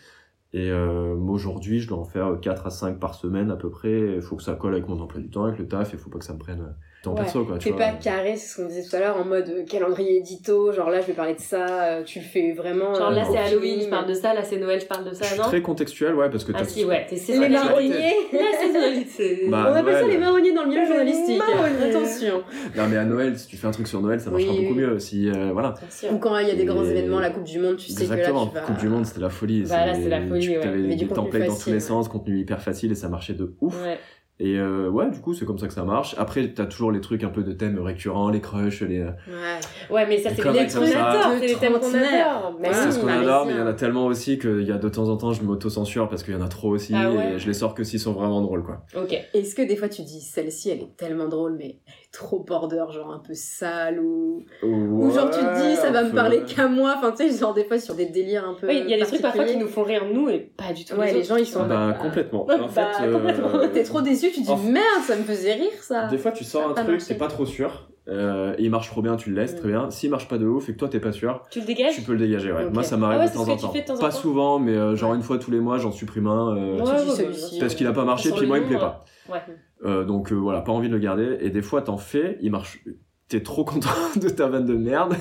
Speaker 2: Et euh, moi, aujourd'hui, je dois en faire 4 à 5 par semaine à peu près. Il faut que ça colle avec mon emploi du temps, avec le taf, il faut pas que ça me prenne euh, temps
Speaker 4: Ouais.
Speaker 2: perso quoi. Tu
Speaker 4: T'es
Speaker 2: vois.
Speaker 4: pas carré, c'est ce qu'on disait tout à l'heure, en mode euh, calendrier édito, genre là je vais parler de ça, euh, tu le fais vraiment.
Speaker 3: Genre là
Speaker 4: euh,
Speaker 3: c'est
Speaker 4: au
Speaker 3: Halloween,
Speaker 4: feeling.
Speaker 3: je parle de ça, là c'est Noël, je parle de
Speaker 2: Je suis
Speaker 3: ça, non
Speaker 2: très contextuel, ouais, parce que
Speaker 3: Ah
Speaker 2: t'as-
Speaker 3: si, ouais, t'es c'est
Speaker 4: Les
Speaker 3: vrai.
Speaker 4: marronniers
Speaker 3: Là c'est Noël, c'est-
Speaker 2: Bah,
Speaker 4: On appelle ça
Speaker 2: Noël.
Speaker 4: les marronniers dans le milieu
Speaker 3: Les
Speaker 4: journalistique.
Speaker 3: marronniers.
Speaker 4: Attention.
Speaker 2: Non mais à Noël, si tu fais un truc sur Noël, ça marchera
Speaker 4: Oui,
Speaker 2: beaucoup
Speaker 4: oui.
Speaker 2: mieux. Si euh, voilà.
Speaker 3: Bien sûr.
Speaker 4: Ou quand il y a des grands
Speaker 2: Et-
Speaker 4: événements, la Coupe du Monde, tu sais
Speaker 2: Exactement,
Speaker 4: que là tu vas.
Speaker 2: Coupe du Monde, c'était la folie.
Speaker 3: Bah, là, c'est la folie,
Speaker 2: tu
Speaker 3: ouais.
Speaker 2: avais
Speaker 4: Mais
Speaker 2: des
Speaker 4: du contenu
Speaker 2: templates dans tous
Speaker 4: facile,
Speaker 2: les
Speaker 4: ouais.
Speaker 2: sens, contenu hyper facile et ça marchait de ouf.
Speaker 3: Ouais.
Speaker 2: Et euh, ouais, du coup, c'est comme ça que ça marche. Après, t'as toujours les trucs un peu de thèmes récurrents, les crushs, les. euh,
Speaker 4: Ouais.
Speaker 3: Ouais, mais ça,
Speaker 2: Des
Speaker 3: c'est
Speaker 2: conneries
Speaker 3: les
Speaker 2: comme
Speaker 3: trucs qu'on
Speaker 2: ça.
Speaker 3: adore, c'est les thèmes qu'on adore.
Speaker 4: Ah,
Speaker 3: Mais
Speaker 2: c'est
Speaker 4: oui,
Speaker 2: ce qu'on
Speaker 4: parisien.
Speaker 2: adore, mais il y en a tellement aussi qu'il y a de temps en temps, je m'auto-censure parce qu'il y en a trop aussi
Speaker 3: Ah ouais.
Speaker 2: et je les sors que s'ils sont vraiment drôles, quoi.
Speaker 3: Ok.
Speaker 4: Est-ce que des fois tu dis celle-ci elle est tellement drôle mais elle est trop border, genre un peu sale ou. ou genre tu te dis ça va me parler qu'à moi, enfin tu sais, genre des fois sur des délires un peu.
Speaker 3: Oui, il y a des trucs parfois qui
Speaker 4: particuliers.
Speaker 3: nous font rire, nous, et pas du tout.
Speaker 4: Ouais, les
Speaker 3: autres,
Speaker 4: gens, ils
Speaker 3: tu
Speaker 4: sont
Speaker 3: vois.
Speaker 2: Bah, complètement.
Speaker 3: Bah,
Speaker 2: En fait, euh,
Speaker 3: complètement.
Speaker 4: Ah T'es trop déçu, tu dis
Speaker 2: Oh.
Speaker 4: merde, ça me faisait rire
Speaker 3: Ah,
Speaker 4: ça.
Speaker 2: Des fois, tu
Speaker 4: Ça
Speaker 2: sors
Speaker 4: a
Speaker 2: un
Speaker 4: pas
Speaker 2: truc,
Speaker 4: marché.
Speaker 2: t'es pas trop sûr. Euh, il marche trop bien, tu le laisses,
Speaker 4: Mm.
Speaker 2: très bien. S'il marche pas de ouf et que toi, t'es pas sûr,
Speaker 3: Tu le dégages
Speaker 2: Tu peux le dégager, ouais.
Speaker 4: Ok.
Speaker 2: Moi, ça
Speaker 3: Ah ouais,
Speaker 2: m'arrive de,
Speaker 3: c'est
Speaker 2: temps
Speaker 3: ce que
Speaker 2: en
Speaker 3: tu
Speaker 2: temps.
Speaker 3: fais de temps en
Speaker 2: Pas
Speaker 3: temps
Speaker 2: souvent, mais euh, genre une fois tous les mois, j'en supprime un. euh,
Speaker 4: Ouais,
Speaker 3: Tu dis
Speaker 4: ouais, bah,
Speaker 3: celui-ci,
Speaker 4: ouais.
Speaker 2: Parce qu'il a pas marché,
Speaker 3: Sur
Speaker 2: puis
Speaker 3: le
Speaker 2: moi, il me
Speaker 3: nom,
Speaker 2: plaît pas.
Speaker 3: ouais.
Speaker 2: Euh, donc euh, voilà, pas envie de le garder. Et des fois, t'en fais, il marche. T'es trop content de ta vanne de merde.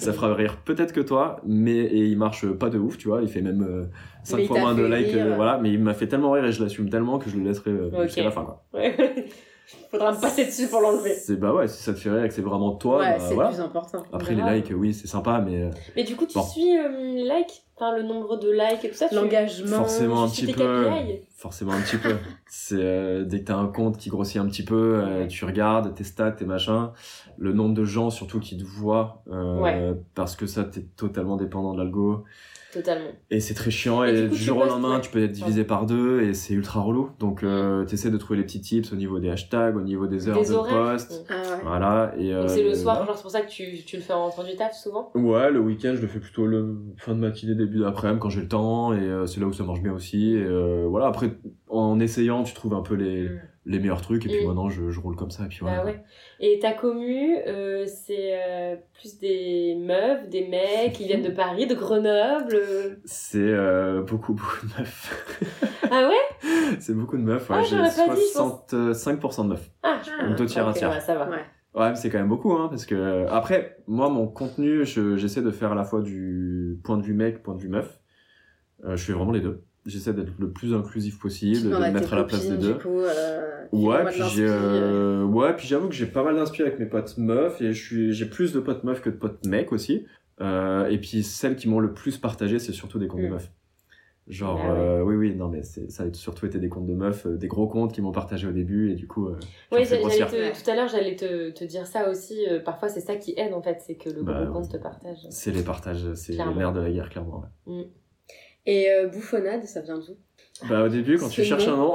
Speaker 2: ça fera rire peut-être que toi, mais et il marche pas de ouf, tu vois. Il fait même
Speaker 4: Mais
Speaker 2: 5
Speaker 4: il
Speaker 2: fois
Speaker 4: t'a
Speaker 2: moins de
Speaker 4: fait
Speaker 2: likes. euh,
Speaker 4: rire.
Speaker 2: voilà, mais il m'a fait tellement rire et je l'assume tellement que je le laisserai euh,
Speaker 3: Ok.
Speaker 2: jusqu'à la fin, quoi.
Speaker 3: Ouais. Faudra me passer dessus pour l'enlever.
Speaker 2: C'est bah ouais, si ça te fait rire et que c'est vraiment toi,
Speaker 4: ouais,
Speaker 2: bah,
Speaker 4: c'est
Speaker 2: voilà.
Speaker 4: le plus important.
Speaker 2: Après, les
Speaker 3: Grave.
Speaker 2: likes, oui, c'est sympa, mais. euh,
Speaker 3: Mais du coup, tu
Speaker 2: Bon.
Speaker 3: suis euh, les likes, enfin le nombre de likes et tout ça. tu-
Speaker 4: L'engagement.
Speaker 2: Forcément un
Speaker 3: tu suis
Speaker 2: petit
Speaker 3: tes
Speaker 2: peu. euh,
Speaker 3: KPI.
Speaker 2: Forcément un petit peu. C'est euh, dès que t'as un compte qui grossit un petit peu, euh, tu regardes tes stats, tes machins, le nombre de gens surtout qui te voient, euh,
Speaker 3: Ouais.
Speaker 2: parce que ça t'es totalement dépendant de l'algo.
Speaker 3: Totalement.
Speaker 2: Et c'est très chiant.
Speaker 3: Et
Speaker 2: Et,
Speaker 3: du coup,
Speaker 2: du
Speaker 3: tu
Speaker 2: jour au
Speaker 3: postes,
Speaker 2: lendemain,
Speaker 3: ouais.
Speaker 2: tu peux être divisé par deux et c'est ultra relou. Donc euh, t'essaies de trouver les petits tips au niveau des hashtags, au niveau des heures
Speaker 3: Des
Speaker 2: de
Speaker 3: horaires.
Speaker 2: poste.
Speaker 3: Donc
Speaker 4: Ah ouais.
Speaker 2: Voilà. Et euh,
Speaker 3: c'est le soir,
Speaker 2: voilà.
Speaker 3: genre c'est pour ça que tu, tu le fais en rentrant du taf souvent.
Speaker 2: Ouais, le week-end, je le fais plutôt le fin de matinée, début d'après-midi, quand j'ai le temps, et euh, c'est là où ça marche bien aussi. Et, euh, voilà, après, en essayant, tu trouves un peu les,
Speaker 3: Mm.
Speaker 2: les meilleurs trucs, et puis
Speaker 3: Mm.
Speaker 2: maintenant, je, je roule comme ça, et puis voilà.
Speaker 3: Bah ouais. Et ta commu, euh, c'est euh, plus des meufs, des mecs qui viennent de Paris, de Grenoble. euh.
Speaker 2: C'est euh, beaucoup, beaucoup de meufs.
Speaker 3: Ah ouais
Speaker 2: C'est beaucoup de meufs.
Speaker 3: Ah,
Speaker 2: Ouais. J'ai
Speaker 3: j'aurais pas dit, je
Speaker 2: 65% de meufs.
Speaker 3: Ah, je
Speaker 2: Donc deux tiers, un
Speaker 3: ok,
Speaker 2: tiers.
Speaker 3: ouais, ça va.
Speaker 4: Ouais.
Speaker 2: Ouais, mais c'est quand même beaucoup, hein, parce que après, moi, mon contenu, je- j'essaie de faire à la fois du point de vue mec, point de vue meuf. Euh, je fais vraiment les deux. J'essaie d'être le plus inclusif
Speaker 4: Tu
Speaker 2: possible, de
Speaker 4: demandes
Speaker 2: me
Speaker 4: à tes
Speaker 2: mettre à la place des
Speaker 4: copines, du
Speaker 2: deux.
Speaker 4: coup. euh, tu
Speaker 2: Ouais,
Speaker 4: demandes
Speaker 2: puis
Speaker 4: leur
Speaker 2: j'ai,
Speaker 4: avis, euh,
Speaker 2: euh, ouais, puis j'avoue que j'ai pas mal d'inspiration avec mes potes meufs et je suis, j'ai plus de potes meufs que de potes mecs aussi. Euh, et puis celles qui m'ont le plus partagé, c'est surtout des
Speaker 4: Hmm.
Speaker 2: comptes de
Speaker 3: Mm.
Speaker 2: meufs. Genre,
Speaker 3: Ah ouais.
Speaker 2: euh, oui, oui, non, mais c'est- ça a surtout été des comptes de meufs, euh, des gros comptes qui m'ont partagé au début et du coup, euh, je me
Speaker 3: Oui,
Speaker 2: fais
Speaker 3: j'allais
Speaker 2: grossière.
Speaker 3: te- tout à l'heure, j'allais te, te dire ça aussi. euh, parfois, c'est ça qui aide, en fait, c'est que le
Speaker 2: Bah,
Speaker 3: gros compte
Speaker 2: ouais.
Speaker 3: te partage.
Speaker 2: C'est les partages, c'est
Speaker 3: Clairement.
Speaker 2: l'air de la guerre, clairement. ouais.
Speaker 4: Et euh, bouffonnade, ça vient d'où
Speaker 2: Bah, au début, quand tu
Speaker 4: C'est
Speaker 2: cherches
Speaker 4: bon.
Speaker 2: un nom,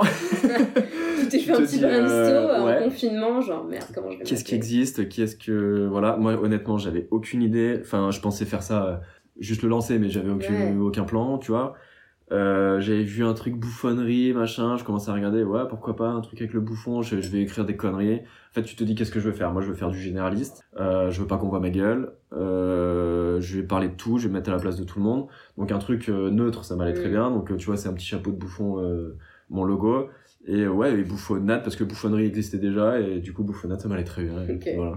Speaker 4: Tu t'es
Speaker 2: Tu
Speaker 4: fait un
Speaker 2: te
Speaker 4: petit
Speaker 2: dis, euh,
Speaker 4: brainstorm en
Speaker 2: ouais.
Speaker 4: confinement, genre merde, comment je vais
Speaker 2: qu'est-ce qui
Speaker 4: m'appeler
Speaker 2: existe Qui est-ce que. Voilà, moi, honnêtement, j'avais aucune idée. Enfin, je pensais faire ça, euh, juste le lancer, mais j'avais aucune-
Speaker 4: Ouais.
Speaker 2: aucun plan, tu vois. Euh, j'avais vu un truc bouffonnerie, machin. Je commençais à regarder, ouais, pourquoi pas, un truc avec le bouffon, je, je vais écrire des conneries. En fait, tu te dis, qu'est-ce que je veux faire Moi, je veux faire du généraliste. Euh, je veux pas qu'on voit ma gueule. Euh, je vais parler de tout, je vais me mettre à la place de tout le monde. Donc un truc euh, neutre, ça m'allait très
Speaker 4: Mm.
Speaker 2: bien. Donc euh, tu vois, c'est un petit chapeau de bouffon, euh, mon logo. Et euh, ouais, et bouffonnade, parce que bouffonnerie existait déjà, et du coup, bouffonnade, ça m'allait très bien. et
Speaker 4: Ok.
Speaker 2: Voilà.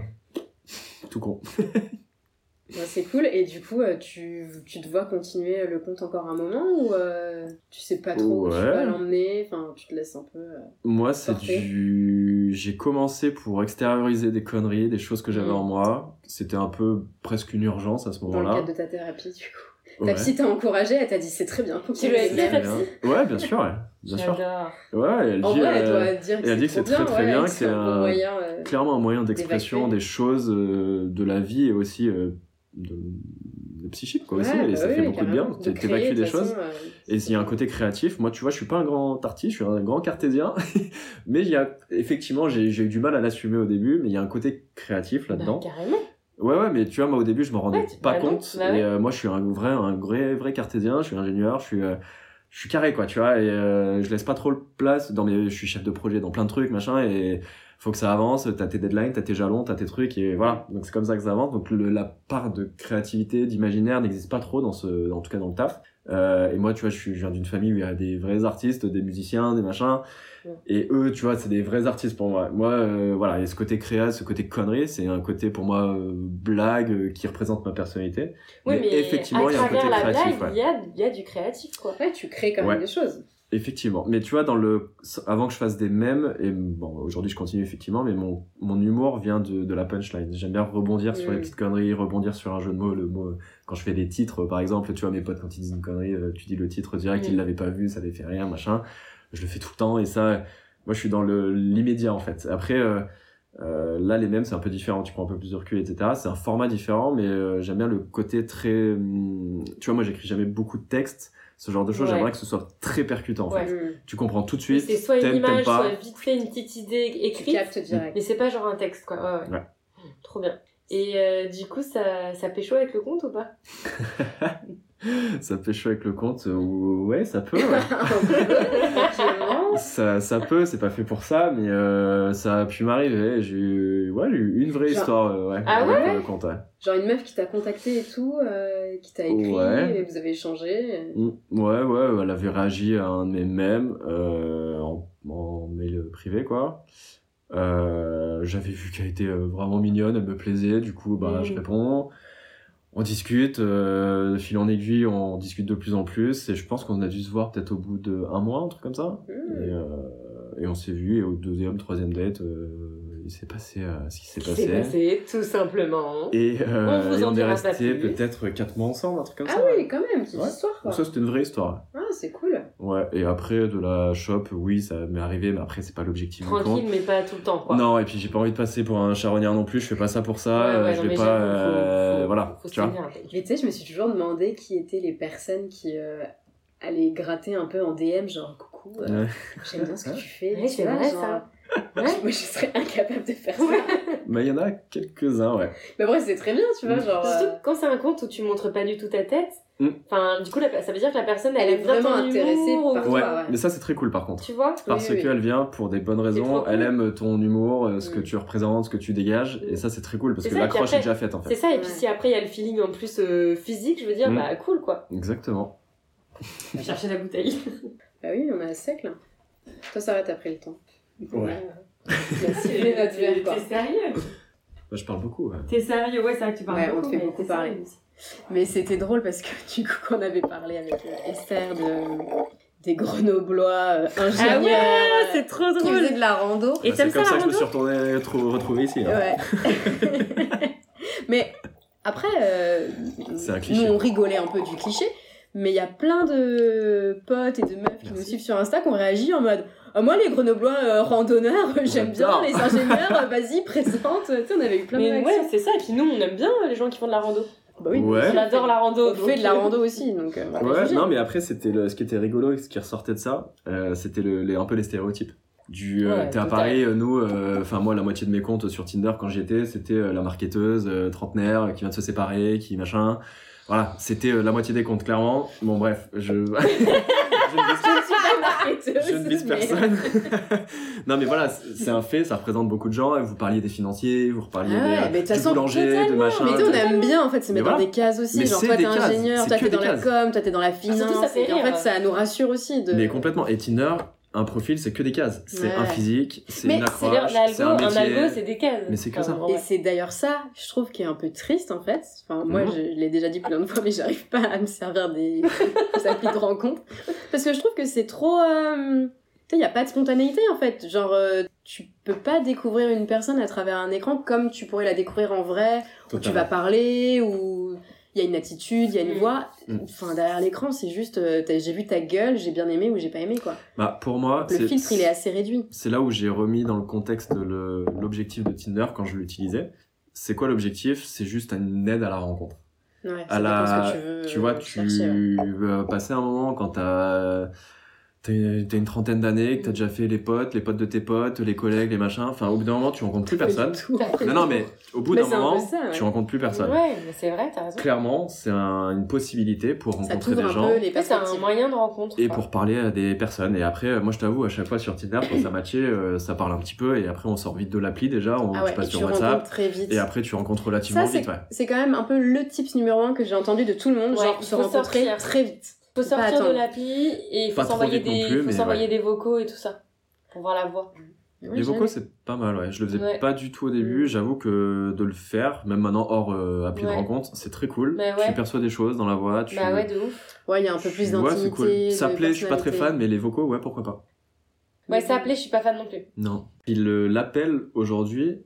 Speaker 2: Tout con.
Speaker 4: Ouais, c'est cool. Et du coup, euh, tu, tu te vois continuer le compte encore un moment ou euh, tu sais pas trop où tu
Speaker 2: Ouais.
Speaker 4: vas l'emmener Enfin, tu te laisses un peu. euh,
Speaker 2: Moi, c'est
Speaker 4: Parfait.
Speaker 2: du. J'ai commencé pour extérioriser des conneries, des choses que j'avais
Speaker 4: Mm.
Speaker 2: en moi. C'était un peu presque une urgence à ce
Speaker 4: dans le
Speaker 2: moment-là.
Speaker 4: cadre de ta thérapie, du coup.
Speaker 2: Ouais.
Speaker 4: Ta psy t'a encouragé, elle t'a dit c'est très bien. continue.
Speaker 3: lui as dit,
Speaker 4: Ouais.
Speaker 3: ta
Speaker 2: Très bien. Ouais, bien sûr, ouais. bien sûr.
Speaker 3: J'adore.
Speaker 2: Ouais, elle
Speaker 4: En
Speaker 2: dit,
Speaker 4: vrai, elle
Speaker 2: euh,
Speaker 4: doit dire que
Speaker 2: elle dit
Speaker 4: c'est
Speaker 2: que
Speaker 4: trop
Speaker 2: c'est
Speaker 4: bien,
Speaker 2: très, très
Speaker 4: ouais,
Speaker 2: bien,
Speaker 4: et
Speaker 2: que
Speaker 4: c'est
Speaker 2: c'est
Speaker 4: un bon
Speaker 2: un-
Speaker 4: moyen. euh,
Speaker 2: clairement un moyen d'expression
Speaker 4: D'évacuer.
Speaker 2: des choses, euh, de la vie et aussi euh, de, de psychique, quoi. aussi.
Speaker 4: ouais,
Speaker 2: et
Speaker 4: bah
Speaker 2: ça
Speaker 4: oui,
Speaker 2: fait beaucoup de bien,
Speaker 4: carrément,
Speaker 2: t'é-
Speaker 4: créer,
Speaker 2: t'évacues
Speaker 4: de
Speaker 2: des
Speaker 4: toute
Speaker 2: choses.
Speaker 4: façon, euh,
Speaker 2: Et il y a un côté créatif. Moi, tu vois, je suis pas un grand artiste, je suis un grand cartésien. mais il y a, effectivement, j'ai j'ai eu du mal à l'assumer au début, mais il y a un côté créatif là-dedans.
Speaker 3: Bah, carrément.
Speaker 2: Ouais, ouais, mais tu vois, moi au début, je m'en rendais
Speaker 3: Ouais, tu-
Speaker 2: pas
Speaker 3: bah non,
Speaker 2: compte.
Speaker 3: bah ouais.
Speaker 2: Et euh, moi, je suis un vrai, un vrai, vrai cartésien, je suis ingénieur, je suis, euh, je suis carré, quoi, tu vois, et euh, je laisse pas trop de place dans mes. Je suis chef de projet dans plein de trucs, machin, et faut que ça avance, t'as tes deadlines, t'as tes jalons, t'as tes trucs, et voilà. Donc c'est comme ça que ça avance. Donc le- la part de créativité, d'imaginaire n'existe pas trop dans ce. En tout cas, dans le taf. Euh, et moi, tu vois, je, suis, je viens d'une famille où il y a des vrais artistes, des musiciens, des machins.
Speaker 3: Ouais.
Speaker 2: Et eux, tu vois, c'est des vrais artistes pour moi. Moi, euh, voilà, et ce côté créa, ce côté connerie, c'est un côté pour moi euh, blague euh, qui représente ma personnalité.
Speaker 3: Oui, mais,
Speaker 2: effectivement,
Speaker 3: à
Speaker 2: il y a un
Speaker 3: travers
Speaker 2: côté
Speaker 3: la
Speaker 2: créatif.
Speaker 3: blague,
Speaker 2: ouais.
Speaker 3: il y, a, il y a du créatif, quoi.
Speaker 4: Ouais, tu crées quand
Speaker 2: Ouais.
Speaker 4: même des choses.
Speaker 2: Effectivement. Mais tu vois, dans le... avant que je fasse des mèmes, et bon, aujourd'hui je continue effectivement, mais mon, mon humour vient de, de la punchline. J'aime bien rebondir sur
Speaker 4: Mm.
Speaker 2: les petites conneries, rebondir sur un jeu de mots, le mot. Quand je fais des titres, par exemple, tu vois, mes potes, quand ils disent une connerie, euh, tu dis le titre direct,
Speaker 3: Mm.
Speaker 2: ils l'avaient pas vu, ça les fait rien, machin. Je le fais tout le temps, et ça, moi je suis dans le- l'immédiat en fait. Après, euh, euh, là, les mêmes, c'est un peu différent. Tu prends un peu plus de recul, etc. C'est un format différent, mais euh, j'aime bien le côté très. hum, tu vois, moi, j'écris jamais beaucoup de textes. Ce genre de choses,
Speaker 3: Ouais.
Speaker 2: j'aimerais que ce soit très percutant. En
Speaker 3: Ouais.
Speaker 2: fait.
Speaker 4: Mm.
Speaker 2: Tu comprends tout de
Speaker 3: Mais
Speaker 2: suite.
Speaker 3: C'est soit une
Speaker 2: t'aimes, t'aimes
Speaker 3: image,
Speaker 2: pas.
Speaker 3: soit vite fait une petite idée
Speaker 4: Tu
Speaker 3: écrite,
Speaker 4: captes direct.
Speaker 3: mais c'est pas genre un texte, quoi. Ouais, ouais.
Speaker 2: Ouais.
Speaker 3: Trop bien. Et euh, du coup, ça, ça pécho avec le compte ou pas
Speaker 2: Ça fait chaud avec le compte. euh, Ouais, ça peut. ouais.
Speaker 4: Effectivement.
Speaker 2: ça, ça peut. C'est pas fait pour ça, mais euh, ça a pu m'arriver. J'ai eu, ouais, j'ai eu une vraie
Speaker 4: Genre-
Speaker 2: histoire. euh, ouais,
Speaker 3: Ah
Speaker 2: avec
Speaker 4: ouais
Speaker 2: le compte. ouais.
Speaker 4: Genre une meuf qui t'a contacté et tout, euh, qui t'a écrit,
Speaker 2: Ouais.
Speaker 4: et vous avez échangé.
Speaker 2: Mm, Ouais, ouais, elle avait réagi à un de mes mèmes euh, en, en mail privé, quoi. Euh, J'avais vu qu'elle était euh, vraiment mignonne, elle me plaisait, du coup, bah,
Speaker 3: Mm.
Speaker 2: je réponds. On discute, euh, de fil en aiguille, on discute de plus en plus, et je pense qu'on a dû se voir peut-être au bout d'un mois, un truc comme ça.
Speaker 4: Mm.
Speaker 2: Et, euh, et on s'est vu, et au deuxième, troisième date, euh, il s'est passé euh, ce qui s'est
Speaker 3: Eh ben, C'est passé, tout simplement.
Speaker 2: Et, euh,
Speaker 3: On vous
Speaker 2: et
Speaker 3: en
Speaker 2: est
Speaker 3: dira pas
Speaker 2: resté
Speaker 3: plus.
Speaker 2: peut-être quatre mois ensemble, un truc comme
Speaker 4: Ah
Speaker 2: ça.
Speaker 4: oui, quand même, petite
Speaker 2: Ouais.
Speaker 4: histoire quoi.
Speaker 2: Donc ça, c'était une vraie histoire.
Speaker 4: Ah, c'est cool.
Speaker 2: Ouais, et après de la shop, oui, ça m'est arrivé, mais après, c'est pas l'objectif du compte.
Speaker 3: Tranquille, mais pas tout le temps, quoi.
Speaker 2: Non, et puis j'ai pas envie de passer pour un charognard non plus, je fais pas ça pour ça,
Speaker 3: Ouais, ouais,
Speaker 2: euh, je
Speaker 3: non,
Speaker 2: vais
Speaker 3: mais
Speaker 2: pas.
Speaker 3: j'avoue, faut-
Speaker 2: euh,
Speaker 3: faut-
Speaker 2: voilà,
Speaker 3: faut se
Speaker 2: tu vois.
Speaker 3: tenir.
Speaker 4: Mais tu sais, je me suis toujours demandé qui étaient les personnes qui euh, allaient gratter un peu en DM, genre coucou, euh,
Speaker 2: Ouais.
Speaker 4: j'aime bien ce que tu fais.
Speaker 3: Ouais,
Speaker 4: Tu
Speaker 3: c'est
Speaker 4: vois,
Speaker 3: vrai,
Speaker 4: genre,
Speaker 3: ça.
Speaker 4: Moi,
Speaker 3: Ouais.
Speaker 4: je- moi, je serais incapable de faire ça.
Speaker 2: Mais il y en a quelques-uns, ouais.
Speaker 4: Mais après, c'est très bien, tu vois,
Speaker 2: Mm.
Speaker 4: genre. euh,
Speaker 3: Surtout que quand c'est un compte où tu montres pas du tout ta tête,
Speaker 2: Mm.
Speaker 3: enfin, du coup, la- ça veut dire que la personne, elle,
Speaker 4: Elle est
Speaker 3: aime bien
Speaker 4: vraiment
Speaker 3: ton
Speaker 4: intéressée
Speaker 3: humour,
Speaker 4: par
Speaker 3: ou-
Speaker 4: toi.
Speaker 2: Ouais,
Speaker 4: ouais.
Speaker 2: mais ça, c'est très cool par contre.
Speaker 3: Tu vois
Speaker 2: Parce
Speaker 4: oui, oui.
Speaker 2: qu'elle vient pour des bonnes
Speaker 3: trop
Speaker 2: raisons,
Speaker 3: cool.
Speaker 2: elle aime ton humour, euh, ce que
Speaker 4: Mm.
Speaker 2: tu représentes, ce que tu dégages,
Speaker 3: Mm.
Speaker 2: et ça, c'est très cool parce
Speaker 3: C'est
Speaker 2: que
Speaker 3: ça, et puis
Speaker 2: l'accroche est
Speaker 3: après,
Speaker 2: déjà faite en
Speaker 3: C'est
Speaker 2: fait.
Speaker 3: ça, et
Speaker 4: Ouais.
Speaker 3: puis si après il y a le feeling en plus euh, physique, je veux dire,
Speaker 2: Mm.
Speaker 3: bah cool quoi.
Speaker 2: Exactement.
Speaker 3: Chercher la bouteille.
Speaker 4: Bah oui, on a un siècle. Toi, ça va, t'as pris le temps.
Speaker 2: Ouais.
Speaker 4: T'as sifflé notre verre, quoi.
Speaker 3: T'es sérieux
Speaker 2: Bah, je parle beaucoup. ouais.
Speaker 3: T'es sérieux Ouais, c'est vrai que tu parles
Speaker 4: Ouais, on
Speaker 3: beaucoup.
Speaker 4: te fait
Speaker 3: mais
Speaker 4: beaucoup
Speaker 3: t'es
Speaker 4: parler.
Speaker 3: sérieux.
Speaker 4: Mais c'était drôle parce que du coup, quand on avait parlé avec euh, Esther de, des Grenoblois euh, ingénieurs
Speaker 3: Ah ouais,
Speaker 4: euh,
Speaker 3: c'est trop
Speaker 4: qui
Speaker 3: drôle
Speaker 4: faisaient de la rando.
Speaker 3: Et
Speaker 2: Bah, c'est
Speaker 3: t'aimes ça
Speaker 2: comme ça
Speaker 3: la
Speaker 2: que je me
Speaker 3: rando
Speaker 2: suis retourné, trou- retrouvé ici. hein.
Speaker 4: Ouais. mais après, euh,
Speaker 2: C'est un cliché.
Speaker 4: nous on rigolait un peu du cliché, mais il y a plein de potes et de meufs qui nous
Speaker 2: Merci.
Speaker 4: suivent sur Insta qui ont réagi en mode Ah, Moi, les Grenoblois euh, randonneurs, j'aime bien,
Speaker 2: adore.
Speaker 4: les ingénieurs, euh, vas-y, présente. Tu sais, on avait eu plein de
Speaker 3: Mais
Speaker 4: réactions.
Speaker 3: ouais, c'est ça. Et puis nous, on aime bien euh, les gens qui font de la rando.
Speaker 4: Bah oui,
Speaker 2: Ouais.
Speaker 3: On adore la rando.
Speaker 4: on fait de la rando aussi, donc euh, on va pas
Speaker 2: Ouais,
Speaker 4: juger.
Speaker 2: non, mais après, c'était le, ce qui était rigolo et ce qui ressortait de ça, euh, c'était le, les, un peu les stéréotypes. Du, euh,
Speaker 4: Ouais,
Speaker 2: t'es à
Speaker 4: total.
Speaker 2: Paris, euh, nous, euh, enfin, moi, la moitié de mes comptes sur Tinder quand j'y étais, c'était euh, la marketeuse, euh, trentenaire, euh, qui vient de se séparer, qui machin. Voilà, c'était euh, la moitié des comptes, clairement. Bon, bref, je. je ne vise-
Speaker 4: Je ne suis pas marketeuse.
Speaker 2: je ne vise
Speaker 4: mais-
Speaker 2: personne. non, mais voilà, c'est c'est un fait, ça représente beaucoup de gens. et Vous parliez des financiers, vous reparliez
Speaker 4: Ah ouais,
Speaker 2: des, euh,
Speaker 4: mais de
Speaker 2: du
Speaker 4: toute façon,
Speaker 2: boulanger, de machin.
Speaker 4: Mais tu sais, on aime bien en fait se
Speaker 2: Mais
Speaker 4: mettre dans
Speaker 2: voilà.
Speaker 4: des cases aussi.
Speaker 2: Mais
Speaker 4: genre
Speaker 2: c'est
Speaker 4: toi t'es
Speaker 2: des cases,
Speaker 4: ingénieur,
Speaker 2: c'est
Speaker 4: toi
Speaker 2: que
Speaker 4: t'es dans
Speaker 2: des
Speaker 4: la
Speaker 2: cases.
Speaker 4: com, toi t'es dans la
Speaker 3: surtout, ça
Speaker 4: finance.
Speaker 3: fait
Speaker 4: et en
Speaker 3: rire.
Speaker 4: fait ça nous rassure aussi de.
Speaker 2: Mais complètement. Et Tinder, un profil, c'est que des cases. C'est
Speaker 4: Ouais.
Speaker 2: un physique, c'est
Speaker 4: Mais
Speaker 2: une
Speaker 3: C'est
Speaker 2: accroche, c'est
Speaker 3: l'algo,
Speaker 2: un
Speaker 3: un,
Speaker 2: métier.
Speaker 3: algo, c'est des cases.
Speaker 2: Mais c'est que ça.
Speaker 3: en
Speaker 4: Et
Speaker 3: vrai.
Speaker 4: c'est d'ailleurs ça, je trouve, qui est un peu triste en fait. Enfin, moi,
Speaker 2: Mhm.
Speaker 4: je l'ai déjà dit plein de fois, mais j'arrive pas à me servir des, des applis de rencontre. Parce que je trouve que c'est trop. euh, Tu sais, il a pas de spontanéité en fait. Genre, euh, tu peux pas découvrir une personne à travers un écran comme tu pourrais la découvrir en vrai, où tu vas parler, ou il y a une attitude, il y a une
Speaker 3: Mhm.
Speaker 4: voix.
Speaker 2: Mhm.
Speaker 4: Enfin, derrière l'écran, c'est juste euh, t'as- j'ai vu ta gueule, j'ai bien aimé ou j'ai pas aimé quoi.
Speaker 2: Bah, pour moi,
Speaker 4: Le
Speaker 2: c'est-
Speaker 4: filtre, il est assez réduit.
Speaker 2: c'est là où j'ai remis dans le contexte le- l'objectif de Tinder quand je l'utilisais. C'est quoi l'objectif C'est juste une aide à la rencontre.
Speaker 4: Ouais,
Speaker 2: À
Speaker 4: ça
Speaker 2: la-
Speaker 4: dépend ce que tu veux.
Speaker 2: tu vois,
Speaker 4: euh,
Speaker 2: tu
Speaker 4: chercher, ouais.
Speaker 2: vas passer un moment quand t'as t'as une t'as une trentaine d'années, que t'as déjà fait les potes, les potes de tes potes, les collègues, les machins. Enfin, au bout d'un moment, tu rencontres plus
Speaker 4: Pas du
Speaker 2: personne.
Speaker 4: tout.
Speaker 2: Non, non, mais au bout
Speaker 4: Mais
Speaker 2: d'un
Speaker 4: c'est un peu
Speaker 2: moment,
Speaker 4: ça, ouais.
Speaker 2: tu rencontres plus personne.
Speaker 3: Ouais, mais c'est vrai, t'as raison.
Speaker 2: Clairement, c'est un- une possibilité pour
Speaker 4: Ça
Speaker 2: rencontrer
Speaker 4: t'ouvre
Speaker 2: des
Speaker 4: un
Speaker 2: gens.
Speaker 4: peu les
Speaker 3: Après, c'est un
Speaker 4: perspectives.
Speaker 3: moyen de rencontre.
Speaker 2: et
Speaker 3: quoi.
Speaker 2: pour parler à des personnes. Et après, euh, moi je t'avoue, à chaque fois sur Tinder, quand ça matchait, euh, ça parle un petit peu. Et après, on sort vite de l'appli déjà, on
Speaker 4: Ah ouais,
Speaker 2: tu passes
Speaker 4: et tu
Speaker 2: sur
Speaker 4: rencontres
Speaker 2: WhatsApp.
Speaker 4: très vite.
Speaker 2: Et après, tu rencontres relativement
Speaker 4: ça, c'est
Speaker 2: vite. Ouais.
Speaker 4: c'est quand même un peu le tips numéro un que j'ai entendu de tout le monde,
Speaker 3: Ouais,
Speaker 4: genre
Speaker 3: il
Speaker 4: se
Speaker 3: faut
Speaker 4: rencontrer
Speaker 3: sortir.
Speaker 4: très vite. pas
Speaker 3: faut sortir
Speaker 4: attendre.
Speaker 3: de l'appli et il faut
Speaker 2: Pas trop
Speaker 3: s'envoyer
Speaker 2: vite non
Speaker 3: des,
Speaker 2: plus,
Speaker 3: faut
Speaker 2: mais
Speaker 3: s'envoyer
Speaker 2: ouais.
Speaker 3: des vocaux et tout ça pour voir la voix.
Speaker 4: Ouais,
Speaker 2: Les
Speaker 4: j'aime.
Speaker 2: vocaux, c'est pas mal, ouais. Je le faisais
Speaker 3: Ouais.
Speaker 2: pas du tout au
Speaker 4: Mm.
Speaker 2: début. J'avoue que de le faire, même maintenant hors euh, appli
Speaker 3: Ouais.
Speaker 2: de rencontre, c'est très cool.
Speaker 4: Bah
Speaker 3: Mais ouais.
Speaker 2: Tu perçois des choses dans la voix. Tu...
Speaker 3: Bah ouais, de ouf.
Speaker 4: Ouais, il y a un peu plus
Speaker 2: tu- Ouais,
Speaker 4: d'intimité.
Speaker 2: c'est cool. Ça
Speaker 4: de
Speaker 2: plaît, je suis pas très fan,
Speaker 4: personnalité.
Speaker 2: mais les vocaux, ouais, pourquoi pas.
Speaker 3: Ouais, ça appelait, je suis pas fan non plus.
Speaker 2: Non. Puis le- l'appel aujourd'hui,